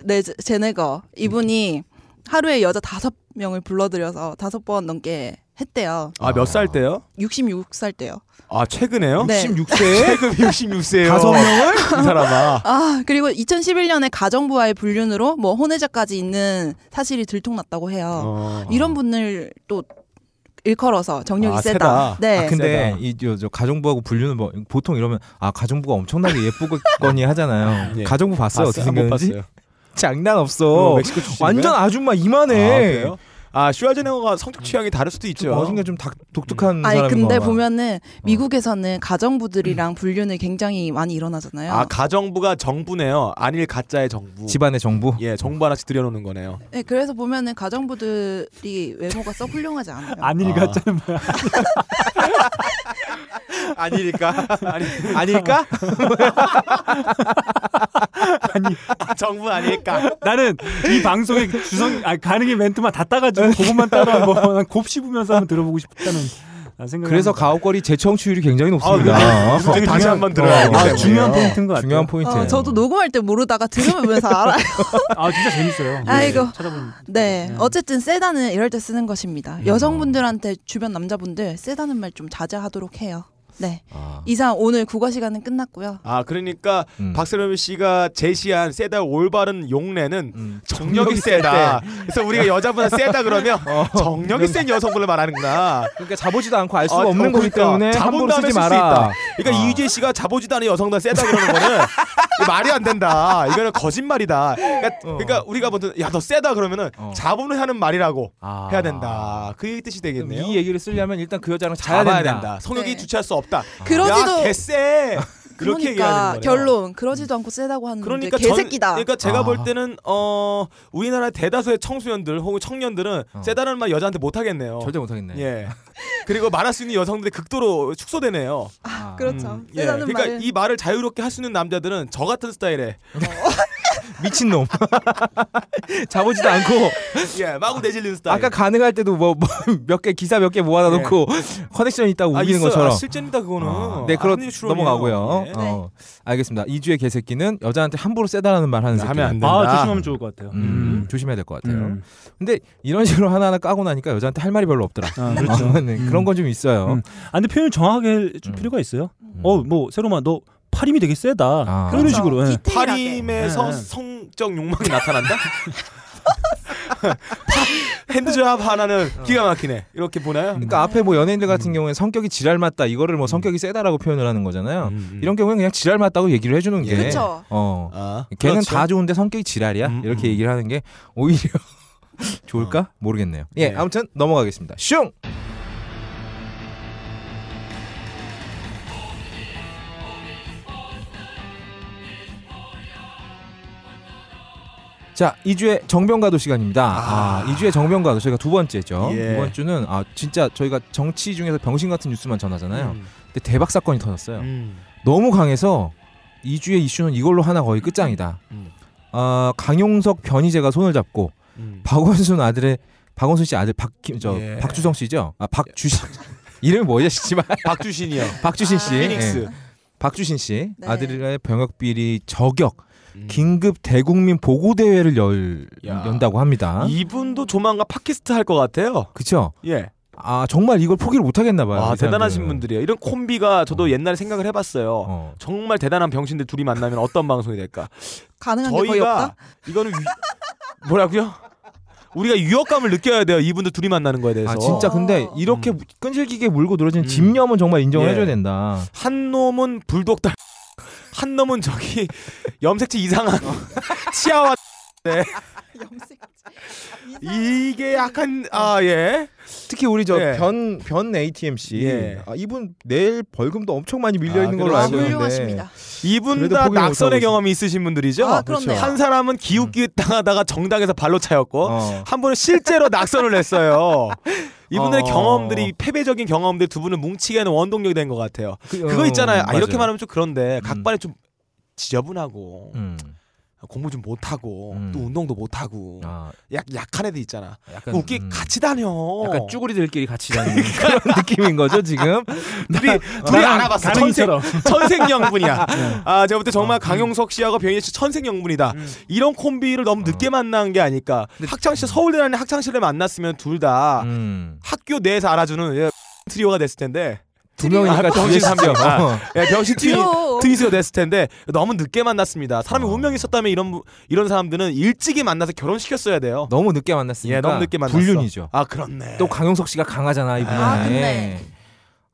S4: 슈왈제네거 이분이 하루에 여자 다섯 명을 불러들여서 다섯 번 넘게 했대요.
S2: 아, 몇 살 때요?
S4: 66살 때요.
S2: 아, 최근에요?
S4: 네.
S2: 66세? 최근 66세요.
S3: 다섯
S2: 명을? 이 사람아.
S4: 아, 그리고 2011년에 가정부와의 불륜으로 뭐 혼외자까지 있는 사실이 들통났다고 해요.
S2: 어.
S4: 이런 분을 또 일컬어서 정력이
S2: 아,
S4: 세다.
S2: 세다.
S4: 네.
S3: 아 근데
S2: 세다.
S3: 이 저 가정부하고 분류는 뭐, 보통 이러면 아 가정부가 엄청나게 예쁘거니 하잖아요.
S2: 예.
S3: 가정부 봤어요? 어떻게
S2: 봤어요? 한번
S3: 생겼는지?
S2: 봤어요.
S3: 장난
S2: 어,
S3: 없어.
S2: 멕시코 출신인가요?
S3: 완전 아줌마 이만해.
S2: 아, 그래요? 아, 슈와제네거가 성적 취향이 다를 수도
S3: 좀
S2: 있죠.
S3: 나중에 어, 좀 닭- 독특한
S4: 아니
S3: 사람인
S4: 근데
S3: 거
S4: 보면은 미국에서는 가정부들이랑 불륜이 굉장히 많이 일어나잖아요.
S2: 아, 가정부가 정부네요. 아닐 가짜의 정부.
S3: 집안의 정부.
S2: 예, 정부 하나씩 들여놓는 거네요.
S4: 네, 그래서 보면은 가정부들이 외모가 썩 훌륭하지 않아요.
S1: 안일
S2: 아.
S1: 같잖아.
S2: 아닐까? 아니, 아닐까? 아니, 정부 아닐까?
S1: 나는 이 방송의 주성 아, 가능의 멘트만 다 따가지고 그것만 따라 뭐 곱씹으면서 한번 들어보고 싶다는 생각.
S3: 그래서 가옥거리 재청취율이 굉장히 높습니다. 어,
S2: 아, 네. 되게 다시 한번 들어야 되기
S1: 아,
S2: 때문에.
S1: 중요한 포인트인 것 같아요.
S3: 중요한 포인트예요.
S4: 어, 저도 녹음할 때 모르다가 들으면서 알아요.
S1: 아 진짜 재밌어요.
S4: 아이고.
S1: 찾아보면.
S4: 네.
S1: 음.
S4: 어쨌든 세다는 이럴 때 쓰는 것입니다. 여성분들한테 주변 남자분들 세다는 말 좀 자제하도록 해요. 네.
S3: 아,
S4: 이상 오늘 국어 시간은 끝났고요.
S2: 아 그러니까
S3: 음.
S2: 박세롬 씨가 제시한 세다 올바른 용례는
S3: 음.
S2: 정력이 세다. 그래서 우리가 여자보다 세다 그러면
S3: 어.
S2: 정력이 센 여성분을 말하는구나.
S3: 그러니까 자보지도 않고 알 수가
S2: 아,
S3: 없는
S2: 어,
S3: 거기
S2: 그러니까.
S3: 때문에 함부로
S2: 자본감에
S3: 쓰지
S2: 쓸수
S3: 마라.
S2: 있다. 그러니까
S3: 아.
S2: 이유재 씨가 자보지도 않은 여성보다 세다 그러는 거는 이거 말이 안 된다. 이거는 거짓말이다. 그러니까,
S3: 어.
S2: 그러니까 우리가 보통 야너 세다 그러면은
S3: 어.
S2: 자본을 하는 말이라고
S3: 아.
S2: 해야 된다. 그 뜻이
S3: 그럼
S2: 되겠네요.
S3: 이 얘기를 쓰려면 일단 그 여자랑 자야
S2: 잡아야 된다.
S3: 된다.
S2: 성욕이
S4: 네.
S2: 주체할 수 없다.
S4: 그러지도
S2: 야 개쎄. 그렇게
S4: 그러니까
S2: 얘기하는 거예요.
S4: 결론 그러지도 않고 세다고 하는데
S2: 그러니까 전-
S4: 개새끼다.
S2: 그러니까 제가
S3: 아.
S2: 볼 때는 어 우리나라 대다수의 청소년들 혹은 청년들은
S3: 어.
S2: 세다라는 말 여자한테 못 하겠네요.
S3: 절대 못하겠네.
S2: 예. 그리고 말할 수 있는 여성들이 극도로 축소되네요.
S3: 아.
S4: 그렇죠.
S2: 음, 예.
S4: 세다는
S2: 그러니까
S4: 말은
S2: 이 말을 자유롭게 할 수 있는 남자들은 저 같은 스타일에
S3: 미친 놈. 자보지도 않고
S2: 예 마구 내질리는 스타일.
S3: 아까 가능할 때도 뭐 몇 개 기사 몇 개 모아다 놓고 커넥션 있다고
S2: 아,
S3: 그 우기는
S2: 있어요.
S3: 것처럼.
S2: 아, 실제입니다 그거는.
S3: 아, 네, 그렇
S2: 아픈 추론이에요.
S3: 넘어가고요.
S2: 예.
S3: 어, 알겠습니다. 이주의 개새끼는 여자한테 함부로 세다라는 말 하는 새끼.
S2: 네, 하면 안 된다.
S1: 아 조심하면 좋을 것 같아요.
S3: 음, 조심해야 될 것 같아요. 근데 이런 식으로 하나하나 까고 나니까 여자한테 할 말이 별로 없더라.
S1: 아, 그렇죠.
S3: 아, 네, 그런 건 좀 있어요.
S1: 음. 아, 근데 표현 을 정확하게 해줄
S3: 음.
S1: 필요가 있어요.
S3: 음.
S1: 어 뭐 세로마 너 팔힘이 되게 세다.
S3: 아.
S1: 그런
S4: 그렇죠.
S1: 식으로. 예.
S4: 디테일하게.
S3: 네.
S2: 파림에서
S1: 예.
S2: 성적 욕망이 나타난다? 파- 핸드잡 하나는
S3: 어.
S2: 기가 막히네. 이렇게 보나요?
S3: 그러니까 앞에 뭐 연예인들 같은
S2: 음.
S3: 경우에 성격이 지랄 맞다 이거를 뭐 성격이 세다라고 표현을 하는 거잖아요.
S2: 음.
S3: 이런 경우에는 그냥 지랄 맞다고 얘기를 해주는 게.
S4: 그쵸.
S3: 어.
S2: 아,
S3: 걔는
S2: 그렇죠.
S3: 다 좋은데 성격이 지랄이야
S2: 음,
S3: 이렇게
S2: 음. 어.
S3: 얘기를 하는 게 오히려 좋을까 모르겠네요. 예,
S2: 네.
S3: 아무튼 넘어가겠습니다. 슝. 자, 2주의 정병가도 시간입니다. 아,
S2: 아.
S3: 2주의 정병가도 저희가 두 번째죠.
S2: 예.
S3: 이번 주는 아 진짜 저희가 정치 중에서 병신 같은 뉴스만 전하잖아요.
S2: 음.
S3: 근데 대박 사건이 터졌어요.
S2: 음.
S3: 너무 강해서 2주의 이슈는 이걸로 하나 거의 끝장이다.
S2: 음.
S3: 아, 강용석 변희재가 손을 잡고
S2: 음.
S3: 박원순 아들의 박원순 씨 아들 박김 저
S2: 예.
S3: 박주성 씨죠? 아 박주신 이름이 뭐야 씨발
S2: 박주신이요.
S3: 박주신 씨,
S4: 아.
S2: 피닉스.
S3: 예. 박주신 씨
S4: 네.
S3: 아들의 병역 비리 저격
S2: 음.
S3: 긴급 대국민 보고 대회를 열
S2: 야.
S3: 연다고 합니다.
S2: 이분도 조만간 팟캐스트 할 것 같아요.
S3: 그쵸?
S2: 예.
S3: 아 정말 이걸 포기를 못 하겠나 봐요.
S2: 아
S3: 이 사람들은.
S2: 대단하신 분들이에요. 이런 콤비가 저도
S3: 어.
S2: 옛날에 생각을 해봤어요.
S3: 어.
S2: 정말 대단한 병신들 둘이 만나면 어떤 방송이 될까?
S4: 가능한 게 거의
S2: 저희가
S4: 없다.
S2: 이거는 위- 뭐라고요? 우리가 유혹감을 느껴야 돼요. 이분들 둘이 만나는 거에 대해서.
S3: 아 진짜 근데
S4: 어.
S3: 이렇게
S2: 음.
S3: 끈질기게 물고 늘어진
S2: 음.
S3: 집념은 정말 인정을
S2: 예.
S3: 해줘야 된다.
S2: 한 놈은 불독달, 한 놈은 저기 염색체 이상한
S3: 어.
S2: 치아와 이게 약간 아 예.
S3: 특히 우리
S2: 예.
S3: 저변변 ATM 씨
S2: 예.
S3: 아, 이분 내일 벌금도 엄청 많이 밀려
S2: 아,
S3: 있는 걸로
S2: 그래요?
S3: 알고 있는데
S4: 훌륭하십니다.
S2: 이분
S3: 그래도
S2: 다
S3: 포기 못 하고
S2: 낙선의
S3: 있어.
S2: 경험이 있으신 분들이죠.
S4: 아, 그렇네요.
S2: 한 사람은 기웃기웃 당하다가 정당에서 발로 차였고
S3: 음. 어.
S2: 한 분은 실제로 낙선을 했어요. 이분들의
S3: 어.
S2: 경험들이 패배적인 경험들 두 분을 뭉치게 하는 원동력이 된 것 같아요.
S3: 어,
S2: 그거 있잖아요. 아, 이렇게 말하면 좀 그런데 각발이 좀 지저분하고
S3: 음.
S2: 공부 좀 못하고
S3: 음.
S2: 또 운동도 못하고
S3: 아,
S2: 약 약한 애들 있잖아.
S3: 약간
S2: 그 웃기
S3: 음,
S2: 같이 다녀. 어.
S3: 약간 쭈구리들끼리 같이 다니는 그런 느낌인 거죠 지금.
S2: 둘이 그러니까 둘이 알아봤어. 천생
S1: 가능처럼.
S2: 천생 영분이야.
S3: 네.
S2: 아 제가
S3: 어, 음.
S2: 볼때 정말 강용석 씨하고 병희 씨 천생 영분이다. 이런 콤비를 너무
S3: 어.
S2: 늦게 만난 게 아닐까. 학창 시절 서울대라는 학창 시절에 만났으면 둘 다
S3: 음.
S2: 학교 내에서 알아주는 예, 트리오가 됐을 텐데.
S3: 두 명이니까
S2: 아,
S3: 그러니까 정신
S2: 병신
S3: 삼죠.
S2: 삼 명. 예, 병신 트리
S4: 듀오.
S2: 트윗으로 됐을 텐데 너무 늦게 만났습니다. 사람이
S3: 어.
S2: 운명이 있었다면 이런 이런 사람들은 일찍이 만나서 결혼시켰어야 돼요.
S3: 너무 늦게 만났으니까
S2: 예, 너무 늦게 만났어.
S3: 그러니까 불륜이죠.
S2: 아 그렇네.
S3: 또 강용석 씨가 강하잖아 이분에.
S4: 아, 근데.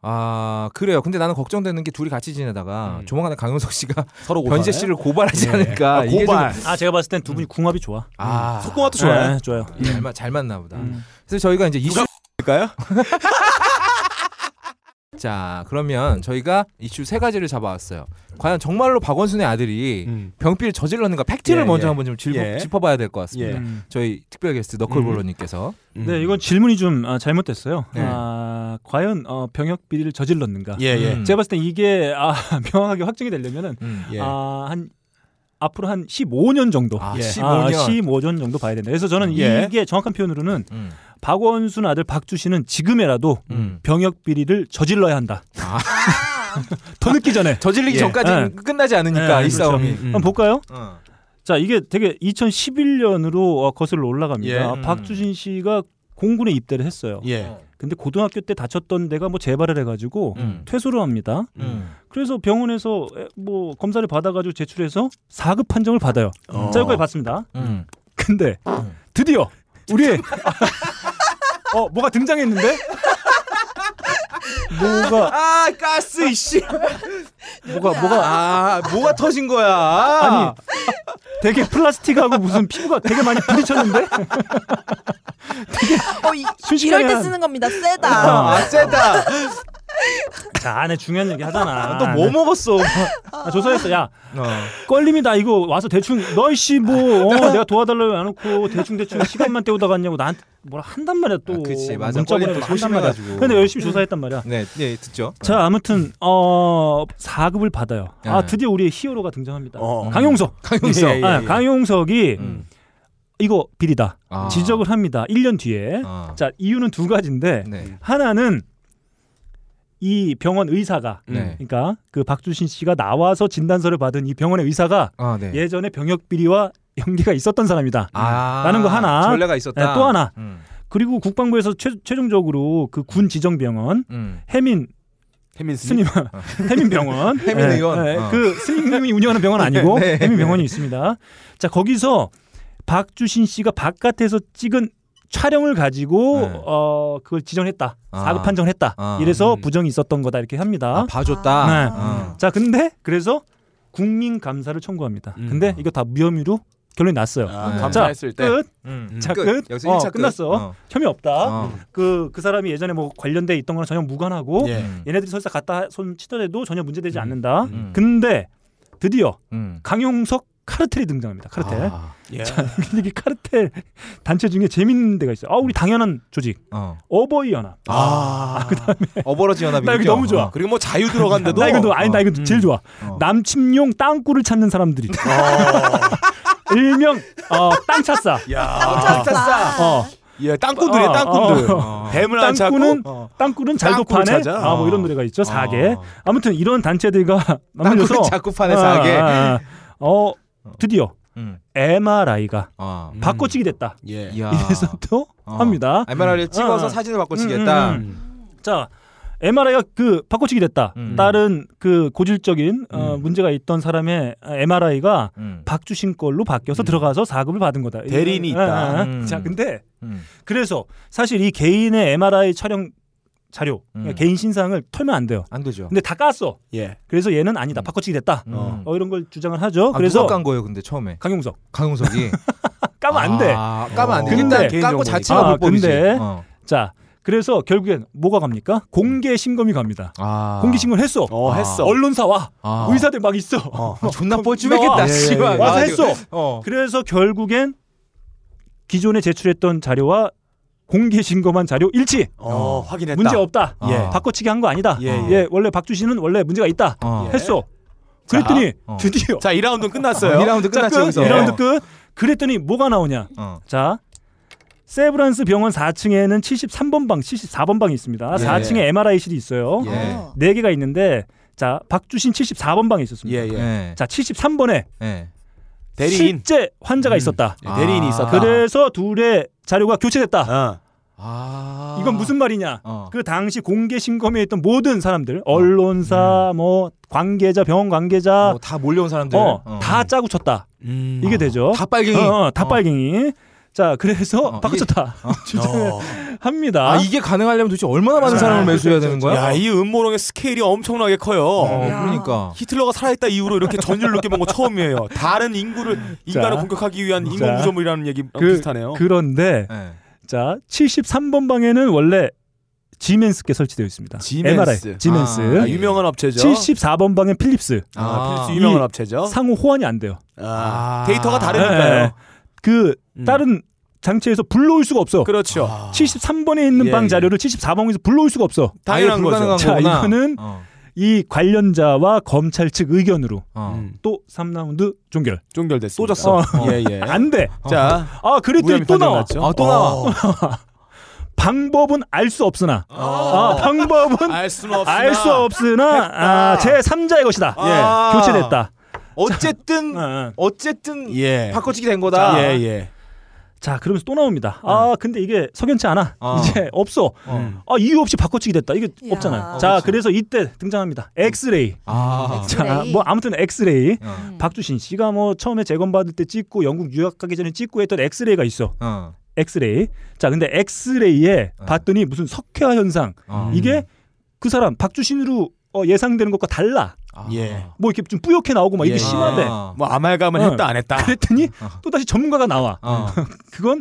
S3: 아 그래요. 근데 나는 걱정되는 게 둘이 같이 지내다가
S2: 음.
S3: 조만간에 강용석 씨가
S2: 서로
S3: 변재
S2: 고발해?
S3: 씨를 네. 고발하지
S2: 예.
S3: 않을까.
S2: 아,
S3: 이게 좀-
S2: 고발.
S1: 아 제가 봤을 땐 두
S3: 음.
S1: 분이 궁합이 좋아.
S3: 아
S2: 속고마도 좋아요.
S1: 예, 좋아요.
S3: 잘, 맞- 잘 맞나 보다.
S1: 음.
S3: 그래서 저희가 이제 이슈
S2: 그럴까요?
S3: 자 그러면 저희가 이슈 세 가지를 잡아왔어요. 과연 정말로 박원순의 아들이
S2: 음.
S3: 병비를 저질렀는가 팩트를
S2: 예,
S3: 먼저
S2: 예.
S3: 한번 좀 짚어,
S2: 예.
S3: 짚어봐야 될 것 같습니다.
S2: 예.
S1: 음.
S3: 저희 특별 게스트 너클볼러님께서
S2: 음.
S1: 네, 이건 질문이 좀 아, 잘못됐어요.
S3: 네.
S1: 아, 과연 어, 병역 비리를 저질렀는가?
S2: 예 예.
S3: 음.
S1: 제가 봤을 때 이게 아, 명확하게 확정이 되려면은
S3: 음.
S2: 예.
S1: 아, 한 앞으로 한 15년 정도.
S3: 아
S2: 예.
S3: 15년
S1: 아, 15년 정도 봐야 된다. 그래서 저는
S2: 예.
S1: 이게 정확한 표현으로는
S3: 음.
S1: 박원순 아들 박주신은 지금이라도
S3: 음. 아.
S1: 병역 비리를 저질러야 한다. 더 늦기 전에.
S3: 저질리기
S2: 예.
S3: 전까지 는 끝나지 않으니까
S1: 예,
S3: 이
S1: 그렇죠.
S3: 싸움이. 음.
S1: 한번 볼까요?
S3: 어.
S1: 자, 이게 되게 2011년으로 어, 거슬러 올라갑니다.
S2: 예,
S3: 음.
S1: 박주신 씨가 공군에 입대를 했어요.
S2: 예.
S1: 근데 고등학교 때 다쳤던 데가 뭐 재발을 해가지고
S3: 음.
S1: 퇴소를 합니다.
S3: 음.
S1: 그래서 병원에서 에, 뭐 검사를 받아가지고 제출해서 4급 판정을 받아요.
S2: 어.
S1: 자, 여기까지 봤습니다.
S3: 음.
S1: 근데
S3: 음.
S1: 드디어 우리의 어 뭐가 등장했는데 뭐가
S2: 아 가스 이씨.
S1: 뭐가 뭐가
S2: 아 뭐가 터진 거야.
S1: 아니 되게 플라스틱하고 무슨 피부가 되게 많이 부딪혔는데
S4: 어, 이,
S1: 순식간에
S4: 이럴 때
S1: 한-
S4: 쓰는 겁니다.
S2: 아,
S4: 세다.
S2: 아 세다.
S1: 자 안에 중요한 얘기 하잖아 네.
S2: 너 뭐 먹었어?
S1: 아, 조사했어 야
S3: 어.
S1: 껄림이 나 이거 와서 대충 너이씨 뭐 어, 내가 도와달라고 안 놓고 대충 대충 시간만 때우다 갔냐고 나한테 뭐라 한단 말이야 또
S3: 아, 그치, 맞아.
S1: 문자
S3: 껄림
S1: 보내고
S3: 또
S1: 한단 말이야.
S3: 소심해가지고.
S1: 근데 열심히 조사했단 말이야
S3: 네, 네, 듣죠.
S1: 자 아무튼 어 4급을 받아요 아
S3: 네. 음.
S1: 드디어 우리의 히어로가 등장합니다
S2: 어.
S1: 강용석
S3: 강용석.
S2: 예, 예,
S1: 아, 강용석이
S3: 음.
S1: 이거 비리다
S3: 아.
S1: 지적을 합니다. 1년 뒤에
S3: 아.
S1: 음. 자 예. 이유는 두 가지인데
S3: 네.
S1: 하나는 이 병원 의사가
S3: 네.
S1: 그러니까 그 박주신 씨가 나와서 진단서를 받은 이 병원의 의사가
S3: 아, 네.
S1: 예전에 병역 비리와 연계가 있었던 사람이다.
S3: 아.
S1: 라는 거 하나.
S3: 전례가 있었다.
S1: 네, 또 하나.
S3: 음.
S1: 그리고 국방부에서 최, 최종적으로 그 군 지정 병원
S3: 음.
S1: 해민
S2: 해민
S1: 스님 해민 병원
S3: 네. 해민
S1: 네,
S3: 의원.
S1: 네,
S3: 어.
S1: 그 스님님이 운영하는 병원 아니고
S3: 네.
S1: 해민 병원이 있습니다. 자 거기서 박주신 씨가 바깥에서 찍은 촬영을 가지고
S3: 네.
S1: 어 그걸 지정했다
S3: 아.
S1: 사급 판정했다
S3: 아.
S1: 이래서
S2: 음.
S1: 부정이 있었던 거다 이렇게 합니다.
S3: 아, 봐줬다.
S1: 네.
S3: 어.
S1: 자 근데 그래서 국민 감사를 청구합니다.
S2: 음.
S1: 근데 이거 다 무혐의로 결론이 났어요.
S2: 아,
S3: 네.
S2: 감사했을 때.
S1: 음. 끝.
S3: 음.
S1: 자, 끝.
S3: 여기서
S1: 어,
S3: 1차 끝.
S1: 끝났어.
S3: 어.
S1: 혐의 없다.
S3: 어.
S1: 그 그 사람이 예전에 뭐 관련돼 있던 거랑 전혀 무관하고
S2: 예.
S3: 음.
S1: 얘네들이 설사 갖다 손 치더라도 전혀 문제되지 않는다.
S3: 음.
S1: 근데 드디어
S3: 음.
S1: 강용석 카르텔이 등장합니다. 카르텔.
S3: 아.
S2: 예.
S1: 자, 근데 이게 카르텔 단체 중에 재밌는 데가 있어요. 아, 우리 당연한 조직.
S3: 어.
S1: 어버이 연합.
S2: 아,
S3: 어버러지 연합이
S1: 그 나 이거 너무 좋아.
S2: 그리고 뭐 자유 들어간데도
S1: 나 이거 너, 아니 나 이거
S3: 음.
S1: 제일 좋아.
S3: 어.
S1: 남침용 땅굴을 찾는 사람들이. 일명 어, 땅차싸.
S2: 어,
S3: 예.
S2: 야,
S4: 아.
S1: 어,
S2: 예, 땅꾼들이야
S1: 어,
S2: 땅꾼들.
S3: 어.
S2: 뱀을 안
S1: 땅꾼은
S2: 찾고. 어.
S1: 땅굴은 잘도
S2: 땅굴을
S1: 파네.
S2: 찾아.
S1: 아, 뭐 이런 노래가 있죠. 사개
S3: 어.
S1: 아무튼 이런 단체들과
S3: 땅굴을
S1: 맞물려서
S3: 자꾸 파네 사게.
S1: 아, 아, 아. 어, 드디어
S3: 음.
S1: MRI가
S3: 아.
S2: 음.
S1: 바꿔치기 됐다.
S2: 예.
S3: 이야.
S1: 이래서 또
S3: 아. 어.
S1: 합니다.
S3: MRI를 찍어서
S1: 아.
S3: 사진을 바꿔치겠다.
S1: 음, 자 MRI가 그 바꿔치기 됐다.
S3: 음.
S1: 다른 그 고질적인 어,
S3: 음.
S1: 문제가 있던 사람의 MRI가
S3: 음.
S1: 박주신 걸로 바뀌어서 들어가서 4급을 받은 거다.
S2: 대리인이
S1: 이-
S2: 있다.
S1: 아, 아.
S3: 음.
S1: 자 근데
S3: 음.
S1: 그래서 사실 이 개인의 MRI 촬영 자료,
S3: 음.
S1: 개인 신상을 털면 안 돼요.
S3: 안 되죠.
S1: 근데 다 깠어.
S2: 예.
S1: 그래서 얘는 아니다. 바꿔치기 됐다.
S3: 음.
S2: 어.
S1: 네. 어, 이런 걸 주장을 하죠.
S3: 아,
S1: 그래서
S3: 누가 깐 거예요, 근데 처음에
S1: 강용석
S3: 강용석이
S1: 까면 안 돼.
S3: 아, 까면 안 돼.
S1: 근데-
S3: 일단 깎고
S2: 개인정보니까.
S3: 자체가
S1: 아,
S3: 불법이지.
S1: 근데-
S3: 어.
S1: 자 그래서 결국엔 뭐가 갑니까? 공개 신검이 갑니다.
S3: 아.
S1: 공개 신검을 했어.
S2: 어, 했어.
S1: 언론사 와.
S3: 아.
S1: 의사들 막 있어.
S3: 어. 아, 존나
S1: 나와.
S3: 뻘쭘했겠다.
S1: 예, 예,
S3: 씨발.
S1: 와서
S3: 아,
S1: 했어.
S3: 어.
S1: 그래서 결국엔 기존에 제출했던 자료와 공개 신검한 자료 일치.
S2: 어, 확인했다.
S1: 문제 없다.
S3: 아.
S1: 예. 바꿔치기 한 거 아니다.
S2: 예,
S1: 예,
S2: 예.
S1: 원래 박주신은 원래 문제가 있다.
S3: 어.
S2: 예.
S1: 했어. 그랬더니
S3: 어.
S1: 드디어
S2: 자, 2라운드는 끝났어요.
S3: 2라운드 끝났죠,
S2: 자,
S3: 여기서.
S2: 예.
S1: 1라운드 끝. 그랬더니 뭐가 나오냐?
S3: 어.
S1: 자. 세브란스 병원 4층에는 73번 방, 74번 방이 있습니다.
S2: 예.
S1: 4층에 MRI실이 있어요.
S2: 예.
S4: 어.
S1: 네 4개가 있는데 자, 박주신 74번 방에 있었습니다.
S2: 예, 예.
S3: 예.
S1: 자, 73번에
S3: 예.
S2: 대리인.
S1: 실제 환자가 있었다.
S2: 예, 대리인이
S3: 아.
S2: 있었다.
S1: 그래서 둘의 자료가 교체됐다.
S2: 어.
S3: 아.
S1: 이건 무슨 말이냐?
S3: 어.
S1: 그 당시 공개 신검에 있던 모든 사람들, 언론사, 뭐 관계자, 병원 관계자,
S3: 어, 다 몰려온 사람들.
S1: 어,
S3: 어.
S1: 다 짜고 쳤다.
S2: 음.
S1: 이게 되죠.
S3: 다 빨갱이.
S1: 어, 어, 다 빨갱이. 자, 그래서
S3: 어,
S1: 바꿔
S3: 이게-
S1: 쳤다. 주장을
S2: 어.
S1: 합니다.
S3: 아, 이게 가능하려면 도대체 얼마나 많은
S2: 아,
S3: 사람을 매수해야 되는 거야?
S2: 야, 이 음모론의 스케일이 엄청나게 커요.
S3: 어,
S4: 야.
S3: 그러니까.
S2: 히틀러가 살아있다 이후로 이렇게 전율 높게 본거 처음이에요. 다른 인구를 인간을
S1: 자.
S2: 공격하기 위한
S1: 자.
S2: 인공 구조물이라는 얘기 랑
S1: 그-
S2: 비슷하네요.
S1: 그런데
S3: 예.
S1: 자, 73번 방에는 원래 지멘스께 설치되어 있습니다.
S2: 지멘스.
S1: MRI, 지멘스.
S3: 아,
S2: 아, 유명한 업체죠.
S1: 74번 방엔 필립스.
S2: 아, 필수
S3: 아.
S2: 유명한
S1: 이-
S2: 업체죠.
S1: 상호 호환이 안 돼요.
S3: 아.
S2: 아, 데이터가
S1: 예, 예.
S2: 다르니까요.
S1: 그
S2: 음.
S1: 다른 아. 장치에서 불러올 수가 없어.
S2: 그렇죠.
S1: 73번에 있는
S2: 예,
S1: 방
S2: 예.
S1: 자료를 74번에서 불러올 수가 없어.
S2: 당연한
S3: 아예
S2: 거죠.
S3: 불가능한
S1: 자,
S3: 거구나.
S1: 이거는-
S3: 어.
S1: 이 관련자와 검찰 측 의견으로
S3: 어.
S2: 음,
S1: 또 3라운드 종결.
S2: 종결됐습니다.
S3: 또 졌어.
S2: 예, 예.
S1: 안 돼.
S2: 자,
S1: 아, 그랬더니
S2: 무혐의
S1: 또
S2: 판정
S1: 나와. 어,
S2: 났죠.
S3: 아, 또 나와.
S2: 어.
S1: 방법은 알 수 없으나 아,
S2: 아,
S1: 방법은
S2: 알 수는 없으나
S1: 알 수 없으나 아, 제 3자의 것이다.
S2: 아.
S1: 예, 교체됐다.
S3: 어쨌든
S1: 어, 어.
S3: 어쨌든
S2: 예.
S3: 바꿔치기 된 거다.
S2: 예, 예.
S1: 자, 그러면서 또 나옵니다. 아, 근데 이게 석연치 않아.
S3: 어.
S1: 이제 없어.
S2: 음.
S1: 아, 이유 없이 바꿔치기 됐다. 이게
S4: 이야.
S1: 없잖아요.
S4: 어,
S1: 자,
S3: 그렇지.
S1: 그래서 이때 등장합니다. 엑스레이.
S3: 아.
S1: 자,
S4: 엑스레이.
S1: 뭐 아무튼 엑스레이.
S3: 어.
S1: 박주신 씨가 뭐 처음에 재건 받을 때 찍고 영국 유학 가기 전에 찍고 했던 엑스레이가 있어.
S3: 어.
S1: 엑스레이. 자, 근데 엑스레이에
S3: 어.
S1: 봤더니 무슨 석회화 현상.
S3: 어.
S1: 이게 그 사람 박주신으로 어, 예상되는 것과 달라.
S3: 아.
S2: 예.
S1: 뭐 이렇게 좀 뿌옇게 나오고 막 이게
S2: 예.
S1: 심하대.
S3: 아.
S2: 뭐 아말감은
S1: 어.
S2: 했다 안 했다.
S1: 그랬더니
S3: 어.
S1: 또 다시 전문가가 나와.
S3: 어.
S1: 그건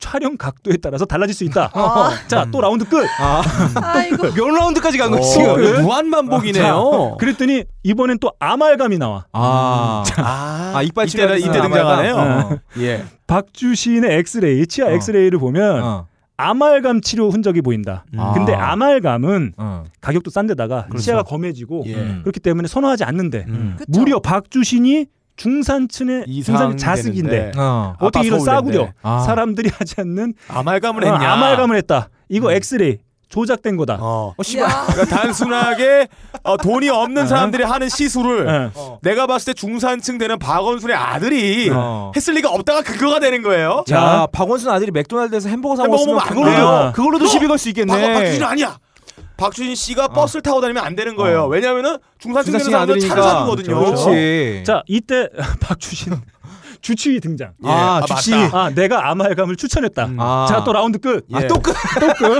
S1: 촬영 각도에 따라서 달라질 수 있다. 어.
S4: 아.
S1: 자, 또 라운드 끝.
S3: 아.
S4: 아이고.
S3: 몇 라운드까지 간
S2: 오,
S3: 거지 지금? 그
S2: 이거 어, 그 무한
S1: 반복이네요. 그랬더니 이번엔 또 아말감이 나와.
S3: 아.
S2: 아,
S3: 아, 이빨
S2: 이때
S3: 칠하는
S2: 이때
S3: 사람
S2: 등장하네요.
S3: 아말감?
S2: 예.
S1: 박주신의 엑스레이, 치아
S3: 어.
S1: 엑스레이를 보면
S3: 어.
S1: 아말감 치료 흔적이 보인다.
S3: 아.
S1: 근데 아말감은
S3: 어.
S1: 가격도 싼 데다가
S3: 그렇죠.
S1: 치아가 검해지고
S2: 예.
S3: 음.
S1: 그렇기 때문에 선호하지 않는데
S3: 음.
S4: 그쵸?
S1: 무려 박주신이 중산층의 중산 자식인데
S3: 어.
S2: 아빠
S1: 어떻게 이런
S2: 서울인데.
S1: 싸구려
S3: 아.
S1: 사람들이 하지 않는
S2: 아말감을
S1: 어,
S2: 했냐?
S1: 아말감을 했다. 이거 엑스레이 조작된 거다.
S2: 어.
S4: 야.
S2: 그러니까 단순하게 어, 돈이 없는 사람들이 하는 시술을
S1: 예.
S2: 내가 봤을 때 중산층 되는 박원순의 아들이
S3: 어.
S2: 했을 리가 없다가 근거가 되는 거예요.
S3: 자, 박원순 아들이 맥도날드에서 햄버거 사
S2: 햄버거
S3: 먹으면
S2: 먹으면 안 돼요.
S3: 그걸로도 그걸로도
S2: 너!
S3: 시비 걸 수 있겠네.
S2: 박, 박주진 아니야. 박주진 씨가 버스를 타고 다니면 안 되는 거예요.
S3: 어.
S2: 왜냐면은 중산층 되는
S3: 중산층
S2: 사람들은
S3: 아들이니까. 그렇죠,
S2: 차를 사주거든요.
S3: 그렇지.
S1: 자 이때 박주신 주치의 등장.
S2: 예.
S3: 아,
S2: 아,
S3: 주치.
S2: 맞다.
S1: 아 내가 아말감을 추천했다.
S3: 아.
S1: 자 또 라운드 끝.
S2: 예.
S3: 또 끝.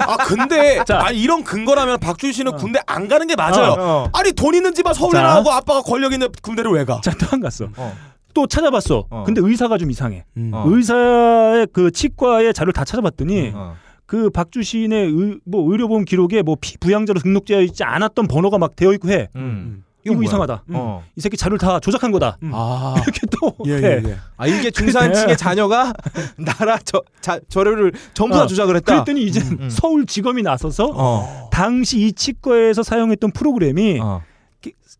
S2: 아 근데
S1: 자.
S2: 아 이런 근거라면 박준 씨는 군대 안 가는 게 맞아요.
S3: 어.
S2: 아니 돈 있는 집안 서울에
S1: 자.
S2: 나오고 아빠가 권력 있는 군대를 왜 가?
S1: 자 또 안 갔어.
S3: 어.
S1: 또 찾아봤어.
S3: 어.
S1: 근데 의사가 좀 이상해.
S3: 어.
S1: 의사의 그 치과의 자료를 다 찾아봤더니
S3: 어.
S1: 그 박주신의 의, 뭐 의료보험 기록에 뭐 피- 부양자로 등록되어 있지 않았던 번호가 막 되어 있고 해.
S3: 음.
S1: 이거,
S3: 뭐야?
S1: 이상하다.
S3: 어.
S1: 이 새끼 자료를 다 조작한 거다.
S3: 아.
S1: 이렇게 또
S2: 예,
S1: 해.
S2: 예, 예.
S3: 아 이게 중산층의 자녀가 나라 저 자, 저료를 전부 다
S1: 어.
S3: 조작을 했다.
S1: 그랬더니 이제
S3: 음.
S1: 서울지검이 나서서
S3: 어.
S1: 당시 이 치과에서 사용했던 프로그램이
S3: 어.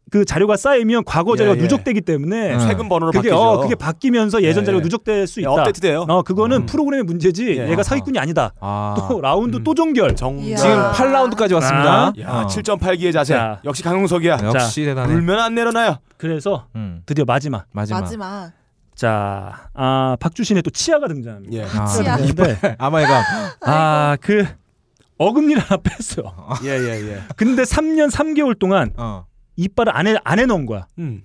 S1: 그 자료가 쌓이면 과거 자료가
S2: 예, 예.
S1: 누적되기 때문에
S3: 음.
S2: 세금 번호로
S1: 그게
S2: 바뀌죠.
S1: 어 그게 바뀌면서 예전
S2: 예,
S1: 자료가
S2: 예.
S1: 누적될 수
S2: 예,
S1: 있다.
S2: 업데이트돼요.
S1: 어 그거는
S3: 음.
S1: 프로그램의 문제지
S2: 예.
S1: 얘가 사기꾼이 아니다.
S3: 아.
S1: 또 라운드
S2: 음.
S1: 또 종결.
S2: 정
S4: 이야.
S3: 지금
S4: 아.
S3: 8라운드까지 왔습니다.
S1: 아.
S2: 야,
S3: 어.
S2: 7.8기의 자세.
S1: 자.
S2: 역시 강용석이야.
S3: 역시 대단해.
S2: 울면 안 내려놔요.
S1: 그래서
S3: 음.
S1: 드디어 마지막.
S3: 마지막.
S4: 마지막.
S1: 자, 아 박주신의 또 치아가 등장합니다.
S2: 예.
S3: 아.
S4: 치아.
S1: 이빨.
S3: 아마이감.
S1: 아, 그 어금니를 하나 뺐어요.
S2: 예, 예, 예.
S1: 근데 3년 3개월 동안
S3: 어.
S1: 이빨을 안에 안에 넣은 거야.
S2: 음.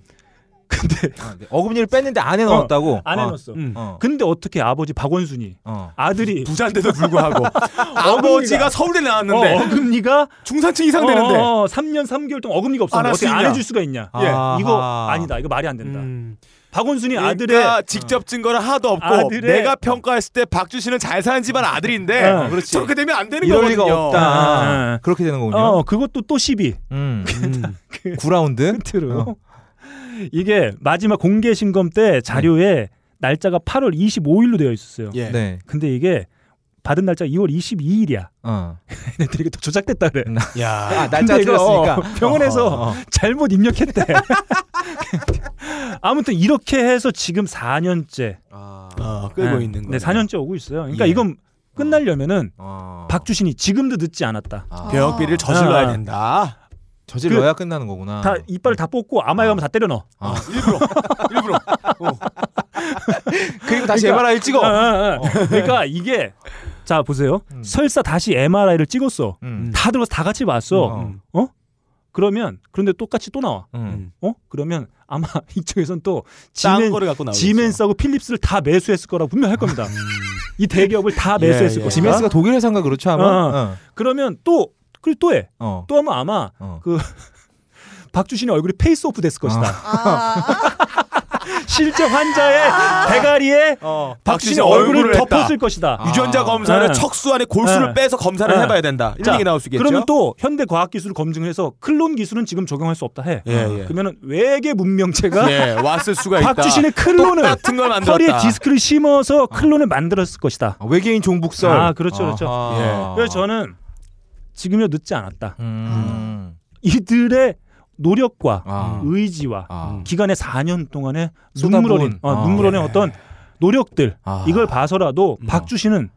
S1: 근데
S3: 아, 네. 어금니를 뺐는데 안에 넣었다고.
S1: 안에
S3: 어.
S1: 넣었어.
S2: 음.
S3: 어.
S1: 근데 어떻게 아버지 박원순이
S3: 어.
S1: 아들이
S2: 부자인데도 불구하고 아버지가 서울대
S1: 어,
S2: 나왔는데
S1: 어금니가
S2: 중산층 이상 되는데
S1: 어, 어, 3년 3개월 동안 어금니가 없었는데
S2: 안할 수
S1: 어떻게 안
S2: 있냐?
S1: 해줄 수가 있냐?
S2: 예,
S3: 아하.
S1: 이거 아니다. 이거 말이 안 된다.
S2: 음.
S1: 박원순이
S2: 그러니까
S1: 아들의 어.
S2: 직접 증거는 하나도 없고
S1: 아들의-
S2: 내가 평가했을 때 박주신은 잘 사는 집안 아들인데
S1: 어,
S2: 그렇지. 저렇게 되면 안 되는
S3: 이럴
S2: 거거든요.
S3: 리가 없다.
S1: 아.
S3: 그렇게 되는 거군요.
S1: 어 그것도 또 시비.
S3: 음.
S1: 그-
S3: 9라운드. 어.
S1: 끝으로 이게 마지막 공개 신검 때 자료에 날짜가 8월 25일로 되어 있었어요.
S2: 예.
S3: 네.
S1: 근데 이게 받은 날짜가 2월 22일이야.
S3: 어.
S1: 얘네들이 이게 또 조작됐다 그래.
S2: 야.
S3: 아, 날짜
S1: 근데 이거,
S3: 틀렸으니까.
S1: 어, 병원에서
S3: 어, 어.
S1: 잘못 입력했대. 아무튼 이렇게 해서 지금 4년째.
S3: 아.
S2: 어, 끌고
S1: 네.
S2: 있는 거.
S1: 네, 4년째 오고 있어요. 그러니까
S2: 예.
S1: 이건 끝나려면은
S3: 어.
S1: 박주신이 지금도 늦지 않았다.
S3: 아.
S2: 병역비를 저질러야 된다.
S3: 저질러야 끝나는 거구나.
S1: 다 이빨을 다 뽑고 아마이감을 다 때려 넣어.
S3: 아.
S2: 일부러. 일부러.
S3: 그리고 다시
S1: 그러니까-
S3: MRI 를 찍어.
S1: 아, 아, 아. 그러니까 이게 자 보세요.
S3: 음.
S1: 설사 다시 MRI를 찍었어.
S3: 음.
S1: 다 들어서 다 같이 봤어.
S2: 음.
S3: 어.
S1: 그러면 그런데 똑같이 또 나와.
S3: 음.
S1: 어? 그러면 아마 이쪽에선 또
S2: 딴
S1: 지멘
S2: 거를 갖고 나오고.
S1: 지멘스하고 필립스를 다 매수했을 거라고 분명 할 겁니다. 이 대기업을 다
S2: 예,
S1: 매수했을
S2: 예.
S1: 거다.
S3: 지멘스가 독일 회사인가 그렇죠 아마.
S1: 그러면 또 그리고 또 해.
S3: 어. 어.
S1: 또 하면 아마 그
S3: 어.
S1: 박주신의 얼굴이 페이스오프 됐을 것이다.
S4: 아.
S1: 실제 환자의 대가리에
S2: 어,
S1: 박주신의
S2: 박주신 얼굴을
S1: 얼굴을
S2: 했다.
S1: 덮었을 것이다.
S3: 아.
S2: 유전자 검사를
S1: 네.
S2: 척수 안에 골수를
S1: 네.
S2: 빼서 검사를
S1: 네.
S2: 해봐야 된다. 이런
S1: 자,
S2: 얘기 나올 수 있겠죠.
S1: 그러면 또 현대 과학 기술을 검증해서 클론 기술은 지금 적용할 수 없다 해.
S2: 예, 예.
S1: 그러면은 외계 문명체가
S2: 예, 왔을 수가 있다.
S1: 박주신의 클론을
S2: 똑같은 걸 만들었다.
S1: 허리에 디스크를 심어서 클론을 만들었을 것이다.
S3: 아, 외계인 종북설.
S1: 아, 그렇죠, 그렇죠.
S3: 아하.
S1: 그래서 저는 지금이야 늦지 않았다.
S3: 음.
S1: 이들의 노력과
S3: 아.
S1: 의지와
S3: 아.
S1: 기간의 4년 동안의
S3: 쏟아부은.
S1: 눈물 어린 어,
S3: 아,
S1: 눈물 어린
S2: 예.
S1: 어떤 노력들
S3: 아.
S1: 이걸 봐서라도
S3: 음.
S1: 박주신은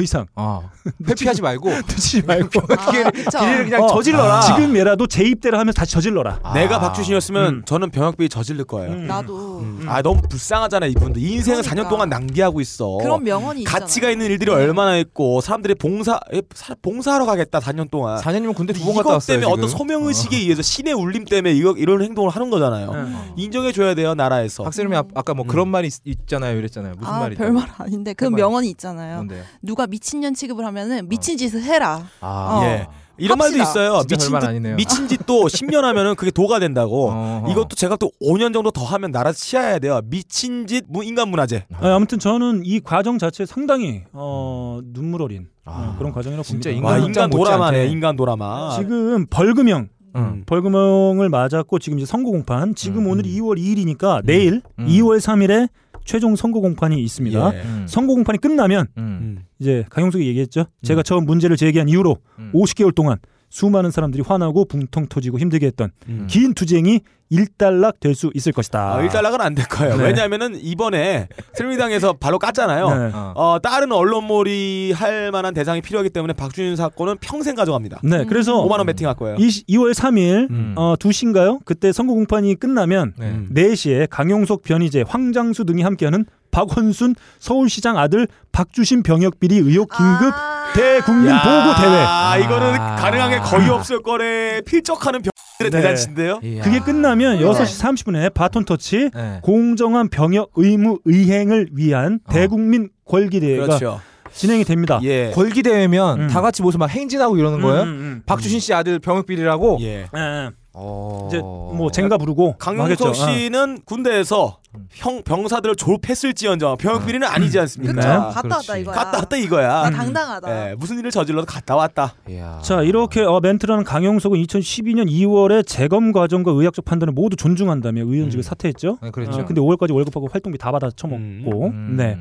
S1: 이상
S3: 어. 회피하지 말고
S1: 듣지 말고
S4: 아, 그쵸.
S3: 길이를 그냥
S1: 어,
S3: 저질러라.
S1: 지금이라도 재입대를 하면서 다시 저질러라.
S3: 아.
S2: 내가 박주신이었으면
S1: 음.
S2: 저는 병역비 저질릴 거예요.
S1: 음.
S4: 나도
S2: 음. 아 너무 불쌍하잖아 이분들 인생을
S4: 그러니까.
S2: 4년 동안 낭비하고 있어.
S4: 그런 명언이
S2: 가치가
S4: 있잖아요. 네.
S2: 있는 일들이 얼마나 있고 사람들이 봉사 에, 사- 봉사하러 가겠다 4년 동안.
S3: 4년이면 군대 두 번 갔다
S2: 이것
S3: 왔어요. 네.
S2: 때문에
S3: 지금.
S2: 어떤 소명 의식에 의해서 신의 울림 때문에 이거 이런 행동을 하는
S3: 어.
S2: 거잖아요.
S1: 음.
S2: 인정해 줘야 돼요 나라에서.
S3: 박세롬이 아, 아까 뭐
S2: 음.
S3: 그런 말이 있, 있잖아요. 이랬잖아요. 무슨
S4: 아,
S3: 말이
S4: 별말 아닌데 그
S3: 별말.
S4: 명언이 있잖아요.
S3: 뭔데요?
S4: 누가 미친년 취급을 하면은 미친 짓을 해라.
S3: 아,
S4: 어.
S2: 예. 이런 말도
S4: 합시다.
S2: 있어요.
S3: 진짜
S2: 미친
S3: 별말
S2: 짓-
S3: 아니네요.
S2: 미친 짓도 10년 하면은 그게 도가 된다고.
S3: 어허.
S2: 이것도 제가 또 5년 정도 더 하면 나라 치아야 돼요. 미친 짓 무- 인간 문화재.
S1: 아, 아무튼 저는 이 과정 자체 상당히 어, 눈물 어린
S3: 아.
S1: 어, 그런 과정이라고
S3: 진짜
S1: 봅니다.
S2: 와
S3: 인간
S2: 아, 인간
S3: 문장
S2: 도라마네.
S3: 못지않게.
S2: 인간 도라마.
S1: 지금 벌금형
S3: 음.
S1: 벌금형을 맞았고 지금 이제 선고 공판 지금
S3: 음,
S1: 오늘
S2: 음.
S1: 2월 2일이니까 내일
S3: 음.
S1: 2월 3일에 최종 선고 공판이 있습니다.
S2: 예.
S3: 음.
S1: 선고 공판이 끝나면
S3: 음.
S2: 음.
S1: 이제 강용석이 얘기했죠. 제가 처음 문제를 제기한 이후로
S3: 음.
S1: 50개월 동안 수많은 사람들이 화나고 붕통 터지고 힘들게 했던
S2: 음.
S1: 긴 투쟁이 일단락 될 수 있을 것이다.
S2: 아, 일단락은 안 될 거예요.
S1: 네.
S2: 왜냐하면은 이번에 새누리당에서 바로 깠잖아요.
S1: 네.
S3: 어.
S2: 어, 다른 언론몰이 할 만한 대상이 필요하기 때문에 박준인 사건은 평생 가져갑니다.
S1: 네,
S3: 어.
S1: 그래서
S2: 5만 원 베팅할 거예요.
S1: 이, 2월 3일
S3: 음.
S1: 어, 2시인가요? 그때 선거 공판이 끝나면
S3: 네.
S2: 음.
S1: 4시에 강용석 변희재 황장수 등이 함께하는 박원순 서울시장 아들 박주신 병역비리 의혹 긴급
S4: 아~
S1: 대국민 보고 대회
S2: 아, 이거는 가능한 게 거의 없을 거래. 필적하는 병들의
S1: 네.
S2: 대잔치인데요.
S3: 이야.
S1: 그게 끝나면 6시 30분에 바톤 터치
S3: 네.
S1: 공정한 병역 의무 의행을 위한
S3: 어.
S1: 대국민 권리대회가 아,
S2: 그렇죠.
S1: 진행이 됩니다.
S2: 예.
S3: 골기 대회면
S1: 음.
S3: 다 같이 모여서 막 행진하고 이러는
S1: 음,
S3: 거예요.
S1: 음, 음.
S3: 박주신 씨 아들 병역비리라고.
S2: 예.
S1: 예, 예.
S3: 어.
S1: 이제 뭐 쟁가 부르고
S2: 강용석
S1: 하겠죠. 아.
S2: 씨는 군대에서
S3: 음.
S2: 형 병사들을 졸업했을지언정 병역비리는 아니지
S4: 그쵸.
S1: 있나요?
S2: 않습니까?
S4: 갔다 왔다
S3: 그렇지.
S4: 이거야.
S2: 갔다 왔다 이거야.
S4: 나 당당하다.
S2: 예, 무슨 일을 저질러도 갔다 왔다.
S3: 이야.
S1: 자 이렇게 어, 멘트라는 강용석은 2012년 2월에 재검 과정과 의학적 판단을 모두 존중한다며 의원직을
S2: 음.
S1: 사퇴했죠.
S3: 네, 그랬죠.
S1: 어, 근데 5월까지 월급하고 활동비 다 받아 처먹고
S3: 음.
S1: 네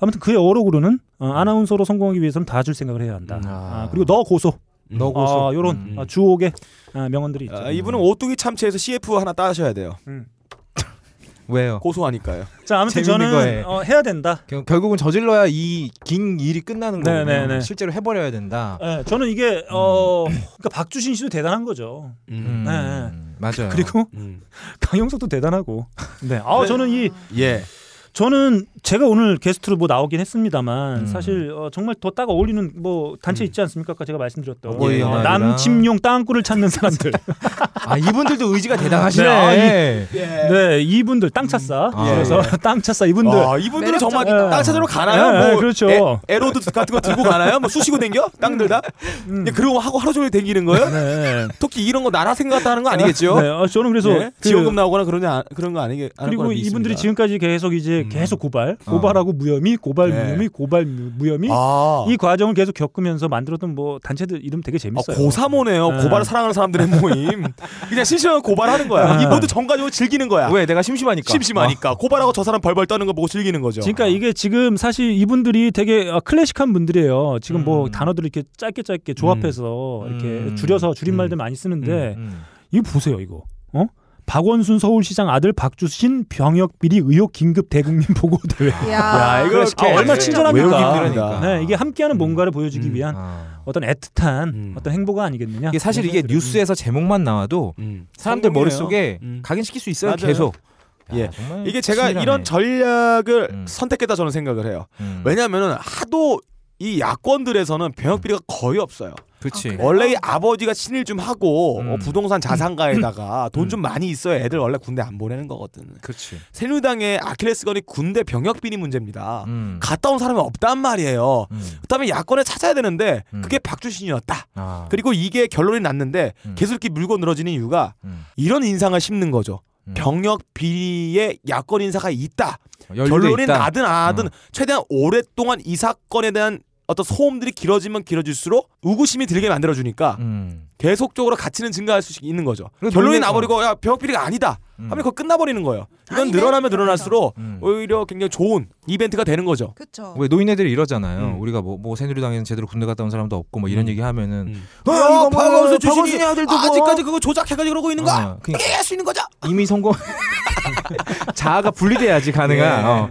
S1: 아무튼 그의 어록으로는 어, 아나운서로 성공하기 위해서는 다 줄 생각을 해야 한다.
S3: 음.
S1: 아, 그리고 너 고소,
S3: 너 고소.
S1: 아, 요런
S3: 음.
S1: 아, 주옥의 아, 명언들이 있죠.
S2: 아, 이분은 오뚜기 참치에서 CF 하나 따셔야 돼요.
S3: 왜요?
S2: 고소하니까요.
S1: 자 아무튼
S3: 재밌는 거에.
S1: 저는 어, 해야 된다.
S3: 결- 결국은 저질러야 이 긴 일이 끝나는 거예요.
S1: 네, 네, 네.
S3: 실제로 해버려야 된다.
S1: 예, 저는 이게 어 그러니까 박주신 씨도 대단한 거죠.
S3: 음,
S1: 네, 네.
S3: 맞아요.
S1: 그리고
S2: 음.
S1: 강용석도 대단하고. 네. 아
S2: 네.
S1: 저는 이
S2: 예.
S1: 저는 제가 오늘 게스트로 뭐 나오긴 했습니다만
S3: 음.
S1: 사실 어, 정말 더 딱 어울리는 뭐 단체
S2: 음.
S1: 있지 않습니까? 아까 제가 말씀드렸던
S3: 어버이
S1: 어,
S3: 연합이랑.
S1: 남침용 땅굴을 찾는 사람들.
S3: 아 이분들도 의지가 대단하시네.
S1: 네,
S3: 아,
S1: 아, 네, 이분들 땅차싸.
S3: 아,
S1: 그래서 땅차싸 이분들.
S2: 음. 예. 아, 이분들은 정말
S1: 매력적이다.
S2: 땅 찾으러 가나요?
S1: 예,
S2: 뭐
S1: 예, 그렇죠.
S2: 에, 로드 같은 거 들고 가나요? 뭐 쑤시고 댕겨? 땅들 다?
S1: 음.
S2: 예, 그러고 하고 하루 종일 댕기는 거예요?
S1: 네.
S2: 특히 이런 거 나라 생각다 하는 거 아니겠죠?
S1: 네, 어, 저는 그래서
S2: 예?
S1: 그-
S2: 지원금 나오거나 그런 게 아- 그런 거 아니게 하는
S1: 그리고
S2: 거라 믿습니다.
S1: 이분들이 지금까지 계속 이제
S2: 음.
S1: 계속 고발,
S3: 어.
S1: 고발하고 무혐의, 고발
S2: 네.
S1: 무혐의, 고발 무- 무혐의
S2: 아,
S1: 이 과정을 계속 겪으면서 만들었던 뭐 단체들 이름 되게
S2: 아,
S1: 재밌어요.
S2: 고사모네요.
S1: 네.
S2: 고발을 사랑하는 사람들의 모임. 그냥 실시간 고발하는 거야.
S1: 네.
S2: 이
S1: 어.
S2: 모두 정 가지고 즐기는 거야. 그러니까.
S3: 왜 내가 아, 심심하니까.
S2: 심심하니까 고발하고 저 사람 벌벌 떠는 거 보고 즐기는 거죠.
S1: 그러니까 이게 지금 사실 이분들이 되게 어, 클래식한 분들이에요. 지금 뭐
S3: 음.
S1: 단어들을 이렇게 짧게 짧게 조합해서 이렇게
S3: 음.
S1: 줄여서 줄임말들
S2: 음.
S1: 많이
S3: 음,
S1: 쓰는데
S3: 음.
S1: 이거 보세요 이거. 어? 박원순 서울시장 아들 박주신 병역 비리 의혹 긴급 대국민 보고 대회.
S2: 야, 이거
S1: 아, 얼마나 친절합니까?
S2: 외우기
S3: 힘들으니까.
S2: 힘드니까.
S1: 네, 이게 함께하는 뭔가를 보여주기
S2: 음.
S1: 위한
S3: 아.
S1: 어떤 애틋한
S2: 음.
S1: 어떤 행보가 아니겠느냐.
S3: 이게 사실
S1: 이런
S3: 이게
S1: 생각이 들어요.
S3: 뉴스에서 제목만 나와도
S2: 음.
S3: 사람들
S2: 성공이네요.
S3: 머릿속에
S2: 음.
S3: 각인시킬 수 있어요.
S2: 맞아요.
S3: 계속.
S2: 예.
S3: 야, 정말
S2: 이게 제가
S3: 음, 치밀하네.
S2: 이런 전략을
S3: 음.
S2: 선택했다 저는 생각을 해요.
S3: 음.
S2: 왜냐하면 하도 이 야권들에서는 병역비리가 거의 없어요.
S3: 그렇지.
S4: 아, 그래요?
S2: 원래 이 아버지가 친일 좀 하고
S3: 음.
S2: 어, 부동산 자산가에다가 돈 좀 많이 있어야 애들 원래 군대 안 보내는 거거든.
S3: 그렇지.
S2: 새누리당의 아킬레스건이 군대 병역비리 문제입니다.
S3: 음.
S2: 갔다 온 사람이 없단 말이에요.
S3: 음.
S2: 그다음에 야권을 찾아야 되는데
S3: 음.
S2: 그게 박주신이었다.
S3: 아.
S2: 그리고 이게 결론이 났는데
S3: 음.
S2: 계속 이렇게 물고 늘어지는 이유가
S3: 음.
S2: 이런 인상을 심는 거죠.
S3: 음.
S2: 병역 비리에 야권 인사가 있다.
S3: 연루돼
S2: 결론이
S3: 있다.
S2: 나든 안 나든
S3: 어.
S2: 최대한 오랫동안 이 사건에 대한 어떤 소음들이 길어지면 길어질수록 우구심이 들게 만들어주니까
S3: 음.
S2: 계속적으로 가치는 증가할 수 있는 거죠.
S3: 그래서
S2: 결론이
S3: 논리에서-
S2: 나버리고 야 병역 비리가 아니다
S3: 음.
S2: 하면 그거 끝나버리는 거예요. 이건
S4: 아니네.
S2: 늘어나면 늘어날수록
S3: 음.
S2: 오히려 굉장히 좋은 이벤트가 되는 거죠.
S4: 그렇죠.
S3: 왜 노인네들이 이러잖아요.
S2: 음.
S3: 우리가 뭐, 뭐 새누리당에는 제대로 군대 갔다 온 사람도 없고 뭐 이런
S2: 음.
S3: 얘기 하면은
S2: 음.
S3: 어,
S2: 야,
S3: 이거 뭐야,
S2: 박원순 주신이
S3: 박원순이 아들도 뭐.
S2: 아직까지 그거 조작해가지고 그러고 있는
S3: 어,
S2: 거야.
S3: 그러니까
S2: 할수 있는 거죠.
S3: 이미 성공 자아가 분리돼야지 가능한.
S2: 예.
S3: 어.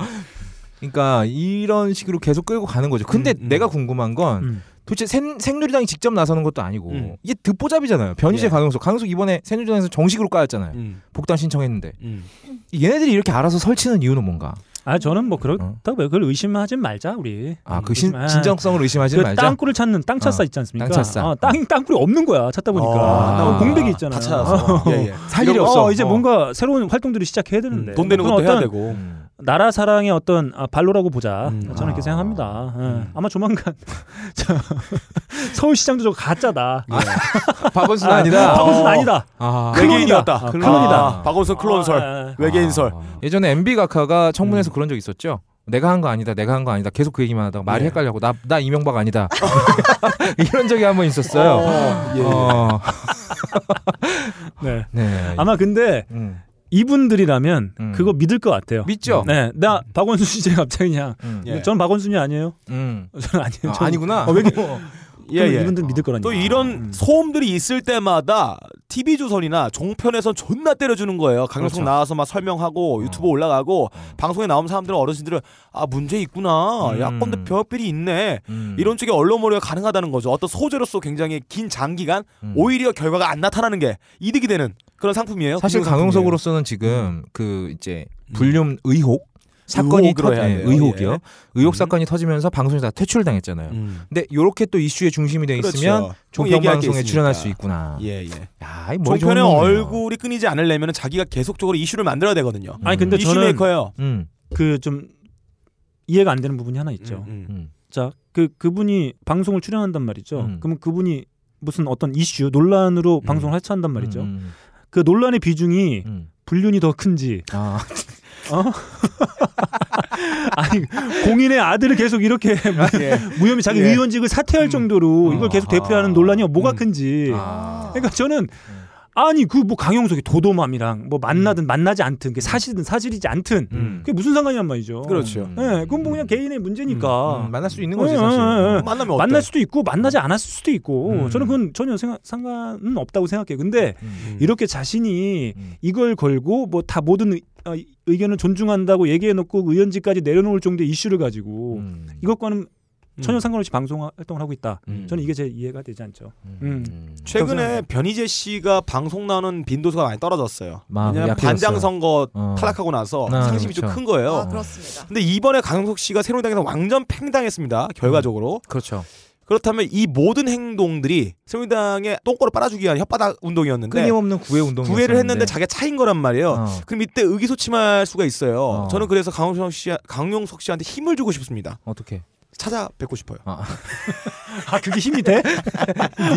S3: 그러니까 이런 식으로 계속 끌고 가는 거죠. 근데
S2: 음, 음.
S3: 내가 궁금한 건
S2: 음.
S3: 도대체 생, 생누리당이 직접 나서는 것도 아니고
S2: 음.
S3: 이게 듣보잡이잖아요. 변희재
S2: 예.
S3: 강용석, 강용석 이번에 새누리당에서 정식으로 까였잖아요.
S2: 음.
S3: 복당 신청했는데
S2: 음.
S3: 얘네들이 이렇게 알아서 설치는 이유는 뭔가?
S1: 아 저는 뭐
S3: 어.
S1: 그렇다고 요 그걸 의심하지 말자 우리.
S3: 아 그
S1: 의심하-
S3: 진정성을 의심하지
S1: 그
S3: 말자.
S1: 땅굴을 찾는
S3: 어,
S1: 땅차사 있지 않습니까?
S3: 땅차사.
S1: 어, 땅 땅굴이 없는 거야 찾다 보니까
S2: 아,
S1: 어, 공백이 있잖아.
S2: 다 찾아서 예, 예.
S3: 어. 살 일이
S1: 이런-
S3: 없어.
S1: 어, 이제
S3: 어.
S1: 뭔가 새로운 활동들을 시작해야 되는데
S2: 음. 돈 되는
S1: 그건
S2: 것도 해야
S1: 어떤
S2: 되고
S3: 음.
S1: 나라 사랑의 어떤 아, 발로라고 보자.
S2: 음.
S1: 저는 이렇게
S3: 아.
S1: 생각합니다. 예. 아마 조만간 저, 서울시장도 저거 가짜다.
S3: 아, 바보는 아니다.
S1: 파고는 아니다.
S3: 아.
S1: 그-
S2: 외계인이었다.
S1: 아,
S3: 클론이다.
S2: 아, 박원순 클론설
S1: 아, 예.
S2: 외계인설. 음.
S3: 아. 예전에 MB 각하가 청문회에서 그런 적 있었죠. 내가 한 거 아니다. 내가 한 거 아니다. 계속 그 얘기만 하다가 말이
S2: 예.
S3: 헷갈려고 나 나 이명박 아니다. 이런 적이 한 번 아. 있었어요.
S2: 어, 예.
S3: 어.
S1: 네.
S3: 네.
S1: 아마 근데
S3: 음.
S1: 이분들이라면
S3: 음.
S1: 그거 믿을 것 같아요.
S3: 믿죠.
S1: 네, 나 박원순 씨제 갑자기 그냥
S3: 음.
S2: 음. 예.
S1: 저는 박원순이 아니에요.
S3: 음.
S1: 저는 아니에요.
S3: 아, 아니구나.
S1: 어, 왜 이렇게-
S2: 예,
S1: 그럼
S2: 예.
S1: 이분들 믿을 거라니까.
S3: 음.
S2: 또 이런 소음들이 있을 때마다 TV 조선이나 종편에선 존나 때려주는 거예요. 강영석
S3: 그렇죠. 음.
S2: 나와서 막 설명하고 유튜브 올라가고 방송에 나온 사람들은 어르신들은 아 문제 있구나
S3: 음.
S2: 야권도 병합비리 있네
S3: 음.
S2: 이런 쪽에 언론 몰이가 가능하다는 거죠. 어떤 소재로서 굉장히 긴 장기간
S3: 음.
S2: 오히려 결과가 안 나타나는 게 이득이 되는 그런 상품이에요.
S3: 사실
S2: 금융 상품이에요.
S3: 강용석으로서는 지금 그 이제
S1: 음.
S3: 불륜 의혹 사건이
S2: 음. 의혹으로
S3: 터-
S2: 해야
S3: 예,
S2: 돼요.
S3: 의혹이요.
S2: 예.
S3: 의혹
S2: 음.
S3: 사건이 터지면서 방송에서 다 퇴출당했잖아요.
S2: 음.
S3: 근데 요렇게 또 이슈의 중심이 돼 있으면
S2: 그렇죠.
S3: 종편
S2: 얘기할 게
S3: 방송에 출연할
S2: 있으니까.
S3: 수 있구나.
S2: 예, 예.
S3: 야, 이 머리 좋은
S2: 종편의
S3: 놈이네요.
S2: 얼굴이 끊이지 않으려면 자기가 계속적으로 이슈를 만들어야 되거든요.
S1: 아니 근데
S2: 이슈
S1: 저는
S2: 메이커예요.
S3: 음.
S1: 그 좀 이해가 안 되는 부분이 하나 있죠.
S2: 음, 음.
S3: 음.
S1: 자, 그 그분이 방송을 출연한단 말이죠.
S3: 음.
S1: 그러면 그분이 무슨 어떤 이슈 논란으로
S2: 음.
S1: 방송을 하차한단 말이죠.
S3: 음,
S1: 그 논란의 비중이
S3: 음, 음.
S1: 불륜이 더 큰지
S3: 아,
S1: 아니 공인의 아들을 계속 이렇게
S2: 예.
S1: 무혐의 자기
S2: 예.
S1: 의원직을 사퇴할
S3: 음.
S1: 정도로 이걸 계속
S3: 아하.
S1: 대표하는 논란이 뭐가
S3: 음.
S1: 큰지.
S3: 아.
S1: 그러니까 저는 아니 그 뭐 강용석이 도도맘이랑 뭐 만나든 만나지 않든 그게 사실이든 사실이지 않든
S3: 음.
S1: 그게 무슨 상관이란 말이죠.
S2: 그렇죠.
S1: 예, 그건 뭐 그냥 개인의 문제니까.
S3: 음, 만날 수 있는 거지
S1: 예,
S3: 사실.
S1: 예, 예.
S2: 만나면 어때?
S1: 만날 수도 있고 만나지 않았을 수도 있고
S3: 음.
S1: 저는 그건 전혀 생각, 상관은 없다고 생각해요. 근데
S3: 음.
S2: 음.
S1: 이렇게 자신이
S3: 음.
S1: 이걸 걸고 뭐 다 모든 의, 어, 의견을 존중한다고 얘기해 놓고 그 의원직까지 내려놓을 정도의 이슈를 가지고
S3: 음.
S1: 이것과는 전혀
S2: 음.
S1: 상관없이 방송 활동을 하고 있다.
S2: 음.
S1: 저는 이게 제 이해가 되지 않죠. 음.
S2: 최근에 변희재 씨가 방송 나오는 빈도수가 많이 떨어졌어요.
S3: 마음이
S2: 왜냐면
S3: 약해졌어요.
S2: 반장 선거
S3: 어.
S2: 탈락하고 나서
S3: 아,
S2: 상심이 좀
S3: 그렇죠.
S2: 큰 거예요. 음.
S4: 아, 그렇습니다.
S2: 근데 이번에 강용석 씨가 새누리당에서 완전 팽당했습니다. 결과적으로.
S3: 그렇죠.
S2: 그렇다면 이 모든 행동들이 새누리당의 똥꼬를 빨아주기 위한 혓바닥 운동이었는데
S3: 끊임없는 구애 운동.
S2: 네. 구애를 했는데 자기가 차인 거란 말이에요.
S3: 어.
S2: 그럼 이때 의기소침할 수가 있어요.
S3: 어.
S2: 저는 그래서 강용석 씨 강용석 씨한테 힘을 주고 싶습니다.
S3: 어떻게?
S2: 찾아뵙고 싶어요.
S1: 아 그게 힘이 돼?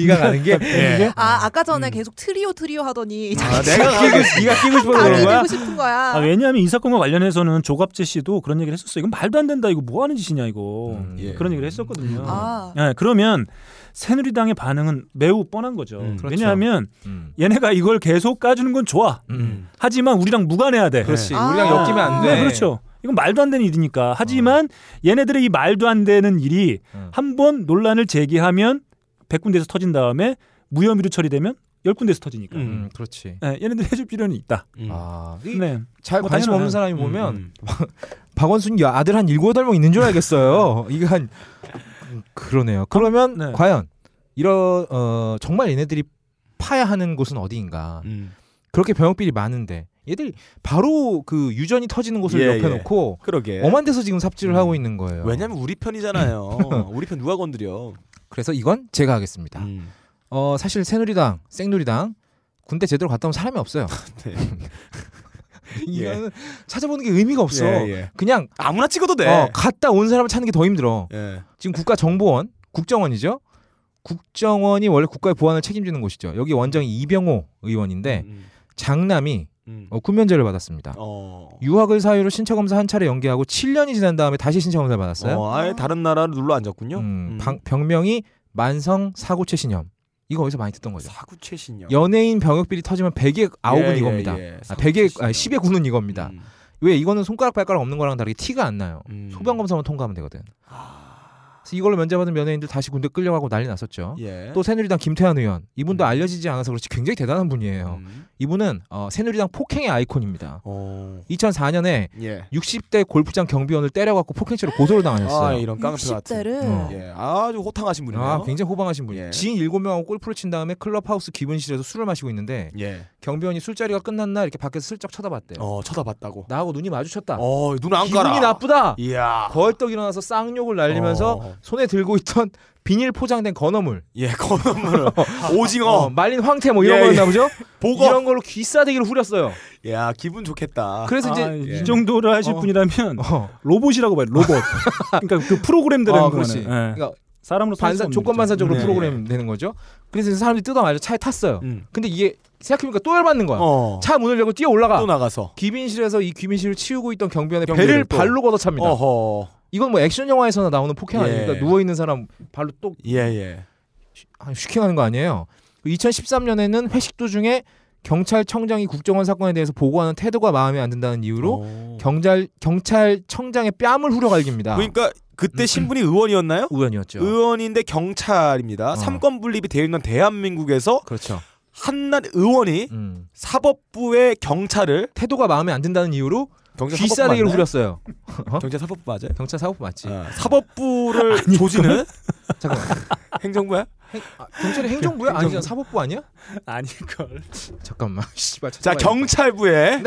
S3: 네가 가는 게
S2: 예.
S4: 아, 아까 전에 계속 트리오 트리오 하더니
S2: 아,
S4: 자기
S2: 내가 가고 싶-
S3: 네가 끼고
S2: 아,
S3: 싶어서
S4: 각이
S3: 그런 거야?
S4: 되고 싶은 거야.
S1: 아, 왜냐하면 이 사건과 관련해서는 조갑재 씨도 그런 얘기를 했었어요. 이건 말도 안 된다. 이거 뭐 하는 짓이냐 이거.
S3: 음, 예.
S1: 그런 얘기를 했었거든요.
S4: 아.
S1: 예, 그러면 새누리당의 반응은 매우 뻔한 거죠.
S2: 음,
S3: 그렇죠.
S1: 왜냐하면
S3: 음.
S1: 얘네가 이걸 계속 까주는 건 좋아.
S3: 음. 예.
S1: 하지만 우리랑 무관해야 돼.
S3: 그렇지.
S4: 아.
S3: 우리랑 엮이면 안 돼.
S1: 네, 그렇죠. 이건 말도 안 되는 일이니까. 하지만 얘네들의 이 말도 안 되는 일이
S3: 어.
S1: 한 번 논란을 제기하면 100군데에서 터진 다음에 무혐의로 처리되면 10군데에서 터지니까.
S2: 음.
S3: 음, 그렇지.
S1: 예, 얘네들 해줄 필요는 있다.
S3: 아, 이-
S1: 네.
S3: 잘
S1: 뭐
S3: 관심
S1: 당연하죠.
S3: 없는 사람이 보면
S2: 보면 음.
S3: 박원순 야, 아들 한 일곱 여덟 명 있는 줄 알겠어요. 이거 한 음, 그러네요. 그러면
S1: 네.
S3: 과연 이런 어, 정말 얘네들이 파야 하는 곳은 어디인가?
S2: 음.
S3: 그렇게 병역비리 많은데 얘들이 바로 그 유전이 터지는 곳을
S2: 예,
S3: 옆에
S2: 예.
S3: 놓고
S2: 그러게.
S3: 엄한 데서 지금 삽질을
S2: 음.
S3: 하고 있는 거예요.
S2: 왜냐면 우리 편이잖아요. 우리 편 누가 건드려?
S3: 그래서 이건 제가 하겠습니다.
S2: 음.
S3: 어 사실 새누리당, 생누리당 군대 제대로 갔다 온 사람이 없어요.
S2: 네.
S3: 이거는 찾아보는 게 의미가 없어.
S2: 예, 네. 예.
S3: 그냥
S2: 아무나 찍어도 돼.
S3: 어, 갔다 온 사람을 찾는 게 더 힘들어.
S2: 예.
S3: 지금 국가정보원, 국정원이죠. 국정원이 원래 국가의 보안을 책임지는 곳이죠. 여기 원장이 이병호 의원인데
S2: 음,
S3: 장남이
S2: 음.
S3: 네. 어, 군면제를 받았습니다.
S2: 어.
S3: 유학을 사유로 신체 검사 한 차례 연기하고 7년이 지난 다음에 다시 신체 검사를 받았어요.
S2: 어, 아예 다른 나라로 눌러 앉았군요.
S3: 음,
S2: 음.
S3: 방- 병명이 만성 사고체 신염. 이거 어디서 많이 듣던 거죠.
S2: 사구 예, 최신요.
S3: 연예인 병역비리 터지면 100의 9은 이겁니다. 아, 100의 아, 10의 9는 이겁니다.
S2: 음.
S3: 왜 이거는 손가락 발가락 없는 거랑 다르게 티가 안 나요.
S2: 음. 아.
S3: 소변 검사만 통과하면 되거든. 그래서 이걸로 면제받은 연예인들 다시 군대 끌려가고 난리 났었죠.
S2: 예.
S3: 또 새누리당 김태환 의원 이분도
S2: 음.
S3: 알려지지 않아서 그렇지 굉장히 대단한 분이에요.
S2: 음.
S3: 이분은 어, 새누리당 폭행의 아이콘입니다.
S2: 어.
S3: 2004년에
S2: 예.
S3: 60대 골프장 경비원을 때려갖고 폭행죄로 고소를
S2: 아
S3: 당하셨어요.
S2: 이런 깡패 같은.
S4: 60대를
S3: 어.
S2: 예. 아주 호탕하신 분이네요.
S3: 아, 굉장히 호방하신 분이에요.
S2: 예.
S3: 지인 7명하고 골프를 친 다음에 클럽하우스 기분실에서 술을 마시고 있는데
S2: 예.
S3: 경비원이 술자리가 끝난 날 이렇게 밖에서 슬쩍 쳐다봤대요.
S2: 어 쳐다봤다고.
S3: 나하고 눈이 마주쳤다.
S2: 어 눈 안
S3: 기분이
S2: 깔아.
S3: 나쁘다.
S2: 이야.
S3: 벌떡 일어나서 쌍욕을 날리면서
S2: 어.
S3: 손에 들고 있던 비닐 포장된 건어물,
S2: 예 건어물 오징어
S3: 어, 말린 황태 뭐 이런
S2: 예,
S3: 거였나 보죠?
S2: 보거.
S3: 이런 걸로 귀싸대기를 후렸어요.
S2: 야 기분 좋겠다.
S3: 그래서
S1: 아,
S3: 이제
S2: 예.
S1: 이 정도를 하실
S3: 어.
S1: 분이라면
S3: 어,
S1: 로봇이라고 봐요. 로봇. 그러니까 그 프로그램대로
S3: 아,
S1: 하는
S3: 그렇지.
S1: 거는.
S3: 그러니까
S1: 사람으로 살
S3: 반사
S1: 수 없는
S3: 조건
S1: 거죠.
S3: 반사적으로
S1: 네.
S3: 프로그램 되는 거죠. 그래서 이제 사람들이 뜯어 말려 차에 탔어요.
S2: 음.
S3: 근데 이게 생각해보니까 또 열받는 거야.
S2: 어.
S3: 차 문을 열고 뛰어 올라가.
S2: 또 나가서.
S3: 귀빈실에서 이 귀빈실을 치우고 있던 경비원의
S2: 경비를
S3: 배를
S2: 또.
S3: 발로 걷어찹니다.
S2: 어허.
S3: 이건 뭐 액션 영화에서나 나오는 폭행
S2: 예.
S3: 아닙니까? 누워 있는 사람 발로 또
S2: 예예.
S3: 아, 슈킹하는 거 아니에요. 그 2013년에는 회식 도중에 경찰청장이 국정원 사건에 대해서 보고하는 태도가 마음에 안 든다는
S2: 어.
S3: 이유로 경찰 경찰청장의 뺨을 후려갈깁니다.
S2: 그러니까 그때 신분이 의원이었나요?
S3: 우연이었죠.
S2: 의원인데 경찰입니다.
S3: 어.
S2: 삼권 분립이 되어 있는 대한민국에서
S3: 그렇죠.
S2: 한낱 의원이
S3: 음.
S2: 사법부의 경찰을
S3: 태도가 마음에 안 든다는 이유로
S2: 경찰
S3: 귀싸대기를
S2: 사법부
S3: 후렸어요.
S2: 맞나요? 경찰 사법부 맞아요?
S3: 경찰 사법부 맞지?
S2: 어, 사법부를 조지는
S3: 잠깐만.
S2: 행정부야?
S3: 행, 아,
S2: 그
S3: 경찰이 행정부야? 아니잖아. 사법부 아니야?
S1: 아닐걸.
S3: 잠깐만. 씨발.
S2: 자
S3: 찾아봐야겠다.
S2: 경찰부에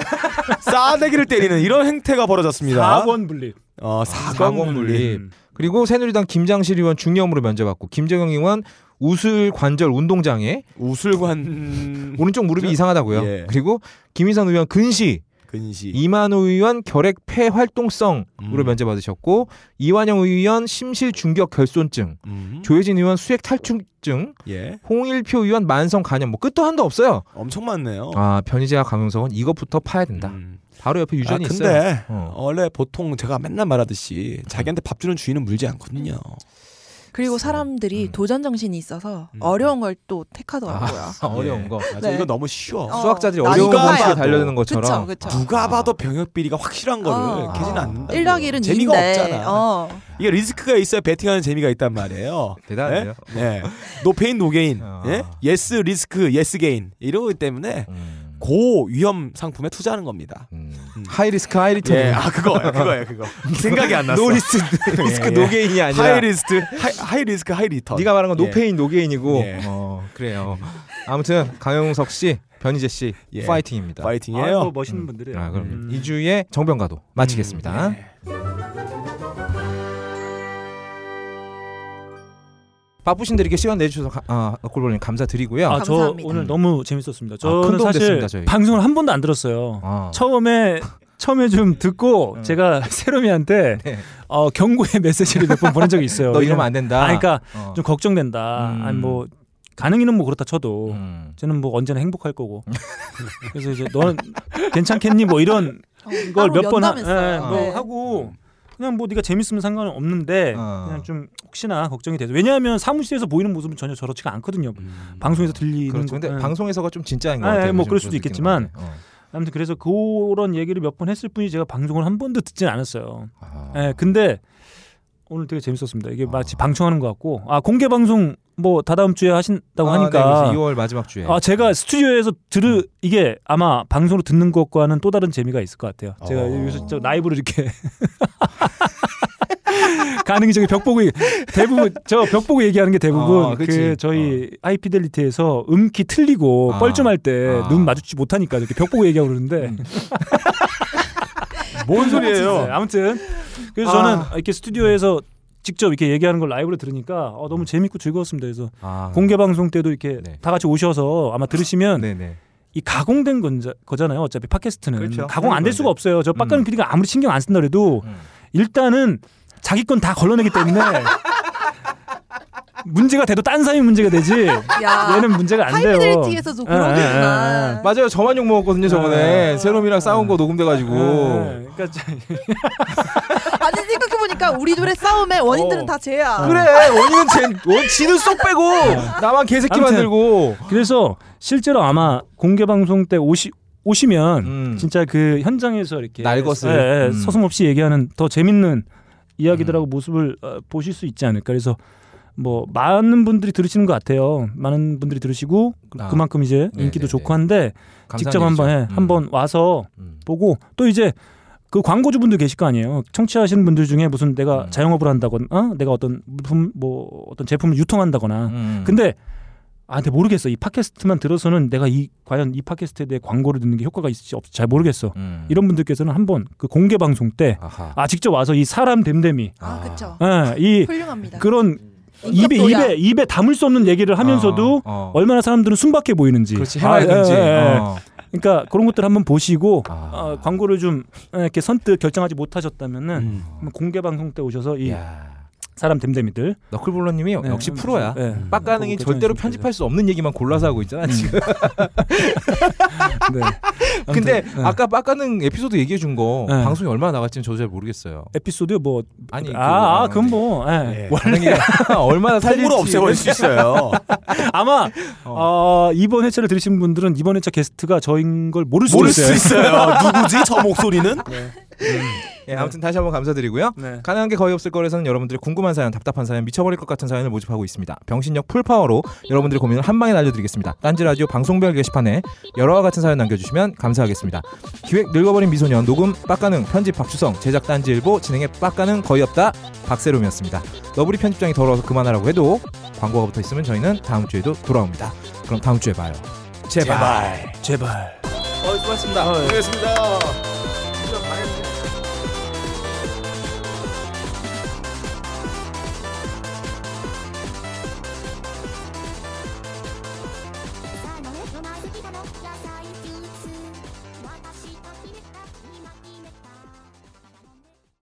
S2: 싸대기를 때리는 이런 행태가 벌어졌습니다.
S1: 4권 분립.
S2: 어
S3: 아, 사권
S2: 사권
S3: 분립.
S2: 분립.
S1: 음.
S3: 그리고 새누리당 김장실 의원 중령으로 면제받고 김정영 의원 우술 관절 운동 장애
S2: 우술관
S3: 오른쪽 무릎이 이상하다고요.
S2: 예.
S3: 그리고 김희선 의원 근시
S2: 근시.
S3: 이만호 의원 결핵 폐 활동성으로
S2: 음.
S3: 면제받으셨고 이완영 의원 심실 중격 결손증
S2: 음.
S3: 조혜진 의원 수액 탈출증
S2: 예.
S3: 홍일표 의원 만성 간염 뭐 끝도 한도 없어요.
S2: 엄청 많네요.
S3: 아 변희재와 강용석은 이것부터 파야 된다.
S2: 음.
S3: 바로 옆에 유전이
S2: 아,
S3: 있어요.
S2: 근데
S3: 어.
S2: 원래 보통 제가 맨날 말하듯이 자기한테 밥 주는 주인은 물지 않거든요.
S4: 그리고 사람들이
S3: 음.
S4: 도전 정신이 있어서
S2: 음.
S4: 어려운 걸 또 택하더라고요.
S3: 아, 어려운
S2: 예.
S3: 거.
S2: 맞아,
S4: 네.
S2: 이거 너무 쉬워.
S4: 어,
S3: 수학자들이
S4: 나도
S3: 어려운
S2: 이거야.
S3: 공식에 달려드는 것처럼
S4: 그쵸, 그쵸.
S2: 누가 봐도 병역 비리가 확실한 거를
S4: 어.
S2: 캐지는 않는다.
S4: 일락일은
S2: 재미가
S4: 2인데.
S2: 없잖아.
S4: 어.
S2: 이게 리스크가 있어야 베팅하는 재미가 있단 말이에요.
S3: 아, 대단해요.
S2: 예? 예. 노페인 노게인.
S3: 네. 아.
S2: 예? 예스 리스크 예스 게인. 이러기 때문에
S3: 음.
S2: 고 위험 상품에 투자하는 겁니다.
S3: 음.
S2: 음.
S3: 하이 리스크 하이 리턴.
S2: 예, 아 그거예요, 그거예요, 그거. 생각이 안 났어.
S3: 노 리스크 리스크
S2: 예, 예.
S3: 노게인이 아니라
S2: 하이 리스트, 하이, 하이 리스크, 하이 리턴.
S3: 네가 말한 건
S2: 예.
S3: 노페인 노게인이고
S2: 예.
S3: 어, 그래요. 아무튼 강용석 씨, 변희재 씨
S2: 예.
S3: 파이팅입니다.
S2: 파이팅이에요.
S1: 아유, 멋있는 분들이에요.
S3: 아, 그럼
S1: 음. 네.
S3: 이 주의 정병가도 마치겠습니다. 바쁘신데 이렇게 시간 내주셔서 가, 아, 골볼님 감사드리고요.
S1: 아,
S3: 아,
S1: 저
S4: 감사합니다.
S1: 오늘 너무 재밌었습니다. 저는
S3: 큰 도움
S1: 사실
S3: 됐습니다, 저희.
S1: 방송을 한 번도 안 들었어요. 처음에 처음에 좀 듣고
S3: 음.
S1: 제가 세롬이한테
S3: 네.
S1: 어, 경고의 메시지를 몇 번 보낸 적이 있어요.
S3: 너 이러면
S1: 왜냐면-
S3: 안 된다.
S1: 아, 그러니까
S3: 어.
S1: 좀 걱정된다.
S3: 음.
S1: 아니 뭐 가능이는 뭐 그렇다 쳐도
S3: 음.
S1: 저는 뭐 언제나 행복할 거고. 그래서 이제 너는 괜찮겠니? 뭐 이런
S4: 어,
S1: 걸
S4: 따로
S1: 몇 번 하,
S4: 면담했어요.
S1: 예, 뭐
S4: 네.
S1: 하고 그냥 뭐 네가 재밌으면 상관은 없는데
S3: 음. 어.
S1: 그냥 좀 혹시나 걱정이 돼서 왜냐하면 사무실에서 보이는 모습은 전혀 저렇지가 않거든요.
S2: 음.
S1: 방송에서 들리는
S3: 그렇죠. 근데
S1: 거- 예.
S3: 방송에서가 좀 진짜인 것
S1: 아,
S3: 같아요.
S1: 아, 뭐
S3: 요즘
S1: 그럴 수도
S3: 그런
S1: 있겠지만
S3: 느끼는 것 같아요. 어.
S1: 아무튼 그래서 그런 얘기를 몇 번 했을 뿐이 제가 방송을 한 번도 듣진 않았어요.
S3: 어.
S1: 예,
S3: 아.
S1: 근데 오늘 되게 재밌었습니다. 이게 마치
S3: 아.
S1: 방청하는 것 같고 아 공개 방송 뭐 다다음 주에 하신다고
S3: 아, 네,
S1: 하니까
S3: 그래서 2월 마지막 주에. 네. 음.
S1: 아 제가 스튜디오에서 들으 이게 아마 방송으로 듣는 것과는 또 다른 재미가 있을 것 같아요. 제가
S2: 어.
S1: 여기서 저 라이브로 이렇게 가능히 저기 벽 보고 얘기- 대부분 저 벽 보고 얘기하는 게 대부분
S3: 어, 그치.
S1: 그 저희 하이피델리티에서 음키 틀리고
S3: 아.
S1: 뻘쭘할 때
S3: 아. 음.
S1: 눈 마주치 못하니까 이렇게 벽 보고 얘기하고 그러는데
S2: 뭔 소리예요?
S1: 네, 아무튼 그래서
S3: 아.
S1: 저는 이렇게 스튜디오에서 직접 이렇게 얘기하는 걸 라이브로 들으니까 어,
S3: 음.
S1: 너무 재밌고 즐거웠습니다. 그래서
S3: 아.
S1: 공개 방송 때도 이렇게
S3: 네.
S1: 다 같이 오셔서 아마 들으시면
S3: 네네.
S1: 이 가공된 건자, 거잖아요. 어차피 팟캐스트는
S3: 그렇죠.
S1: 가공 안 될 수가 없어요. 저 빡가는
S3: 음.
S1: PD가 아무리 신경 안 쓴다 그래도
S3: 음.
S1: 일단은 자기 건 다 걸러내기 때문에 문제가 돼도 딴 사람이 문제가 되지
S4: 야.
S1: 얘는 문제가 안 돼요.
S4: 하이피델리티에서도
S1: 예, 예,
S4: 그러구나.
S1: 예.
S3: 맞아요. 저만 욕 먹었거든요. 저번에 세롬이랑 싸운
S1: 네.
S3: 거 녹음돼가지고.
S1: 예, 그러니까 저-
S4: 아니 생각해 보니까 우리 둘의 싸움의 원인들은
S1: 어.
S4: 다 쟤야.
S3: 그래 네, 원인은 쟤, 원 지는 쏙 빼고 나만 개새끼
S1: 네. 아무튼.
S3: 만들고.
S1: 그래서 실제로 아마 공개 방송 때 오시 오시면
S3: 음.
S1: 진짜 그 현장에서 이렇게
S3: 날것을.
S1: 예, 예,
S3: 음.
S1: 서슴없이 얘기하는 더 재밌는 이야기들하고 모습을 어, 보실 수 있지 않을까. 그래서 뭐 많은 분들이 들으시는 것 같아요. 많은 분들이 들으시고
S3: 아,
S1: 그만큼 이제
S3: 네,
S1: 인기도
S3: 네,
S1: 좋고 한데
S3: 감사한
S1: 직접
S3: 일이죠.
S1: 한번 해. 한번 와서
S3: 음.
S1: 보고 또 이제 그 광고주분들 계실 거 아니에요. 청취하시는 분들 중에 무슨
S3: 음.
S1: 내가 자영업을 한다거나 내가 어떤 물품 뭐 어떤 제품을 유통한다거나
S3: 음.
S1: 근데 아, 근데 모르겠어. 이 팟캐스트만 들어서는 내가 이 과연 이 팟캐스트에 대해 광고를 듣는 게 효과가 있을지 없을지 잘 모르겠어.
S3: 음.
S1: 이런 분들께서는 한번 그 공개 방송 때
S3: 아하.
S1: 아, 직접 와서 이 사람 됨됨이
S4: 아, 그렇죠.
S1: 예, 이
S4: 훌륭합니다.
S1: 그런 입에 입에 입에 담을 수 없는 얘기를 하면서도
S3: 어, 어.
S1: 얼마나 사람들은 순박해 보이는지.
S3: 그렇지
S1: 아, 예,
S3: 해맑은지.
S1: 예, 예.
S3: 어.
S1: 그러니까 그런 것들 한번 보시고
S3: 아.
S1: 어, 광고를 좀 예, 이렇게 선뜻 결정하지 못하셨다면은
S2: 음.
S1: 한번 공개 방송 때 오셔서 이
S3: 야.
S1: 사람 됨됨이들
S3: 너클볼러님이
S1: 네,
S3: 예. 어, 역시
S1: 음,
S3: 프로야.
S1: 예.
S3: 빡가능이
S1: 그거
S3: 절대로
S1: 괜찮으시면
S3: 편집할 수 없는 얘기만 골라서 하고 있잖아 지금.
S1: 네. 아무튼,
S3: 근데
S1: 예.
S3: 아까 빡가능 에피소드 얘기해 준 거
S1: 네.
S3: 방송이 얼마나 나갔지는 저도 잘 모르겠어요.
S1: 에피소드 뭐
S3: 아니 그,
S1: 아, 아
S3: 어,
S1: 그건 뭐 예.
S3: 가능이가 얼마나 살릴지.
S2: 통으로 없애버릴 수 있어요.
S1: 아마 어. 이번 회차를 들으신 분들은 이번 회차 게스트가 저인 걸 모를 수도
S2: 모를
S1: 있어요.
S2: 수 있어요. 누구지 저 목소리는?
S3: 예, 아무튼 다시 한번 감사드리고요.
S1: 네.
S3: 가능한 게 거의 없을 거에서는 여러분들의 궁금한 사연, 답답한 사연, 미쳐버릴 것 같은 사연을 모집하고 있습니다. 병신력 풀파워로 여러분들의 고민을 한 방에 날려드리겠습니다. 딴지 라디오 방송별 게시판에 여러와 같은 사연 남겨주시면 감사하겠습니다. 기획 늙어버린 미소년 녹음 빡가능 편집 박주성 제작 딴지 일보 진행의 빡가능 거의 없다 박세롬이었습니다. 너브리 편집장이 더러워서 그만하라고 해도 광고가 붙어 있으면 저희는 다음 주에도 돌아옵니다. 그럼 다음 주에 봐요. 제발.
S1: 제발.
S2: 어, 수고하셨습니다. 수고하셨습니다.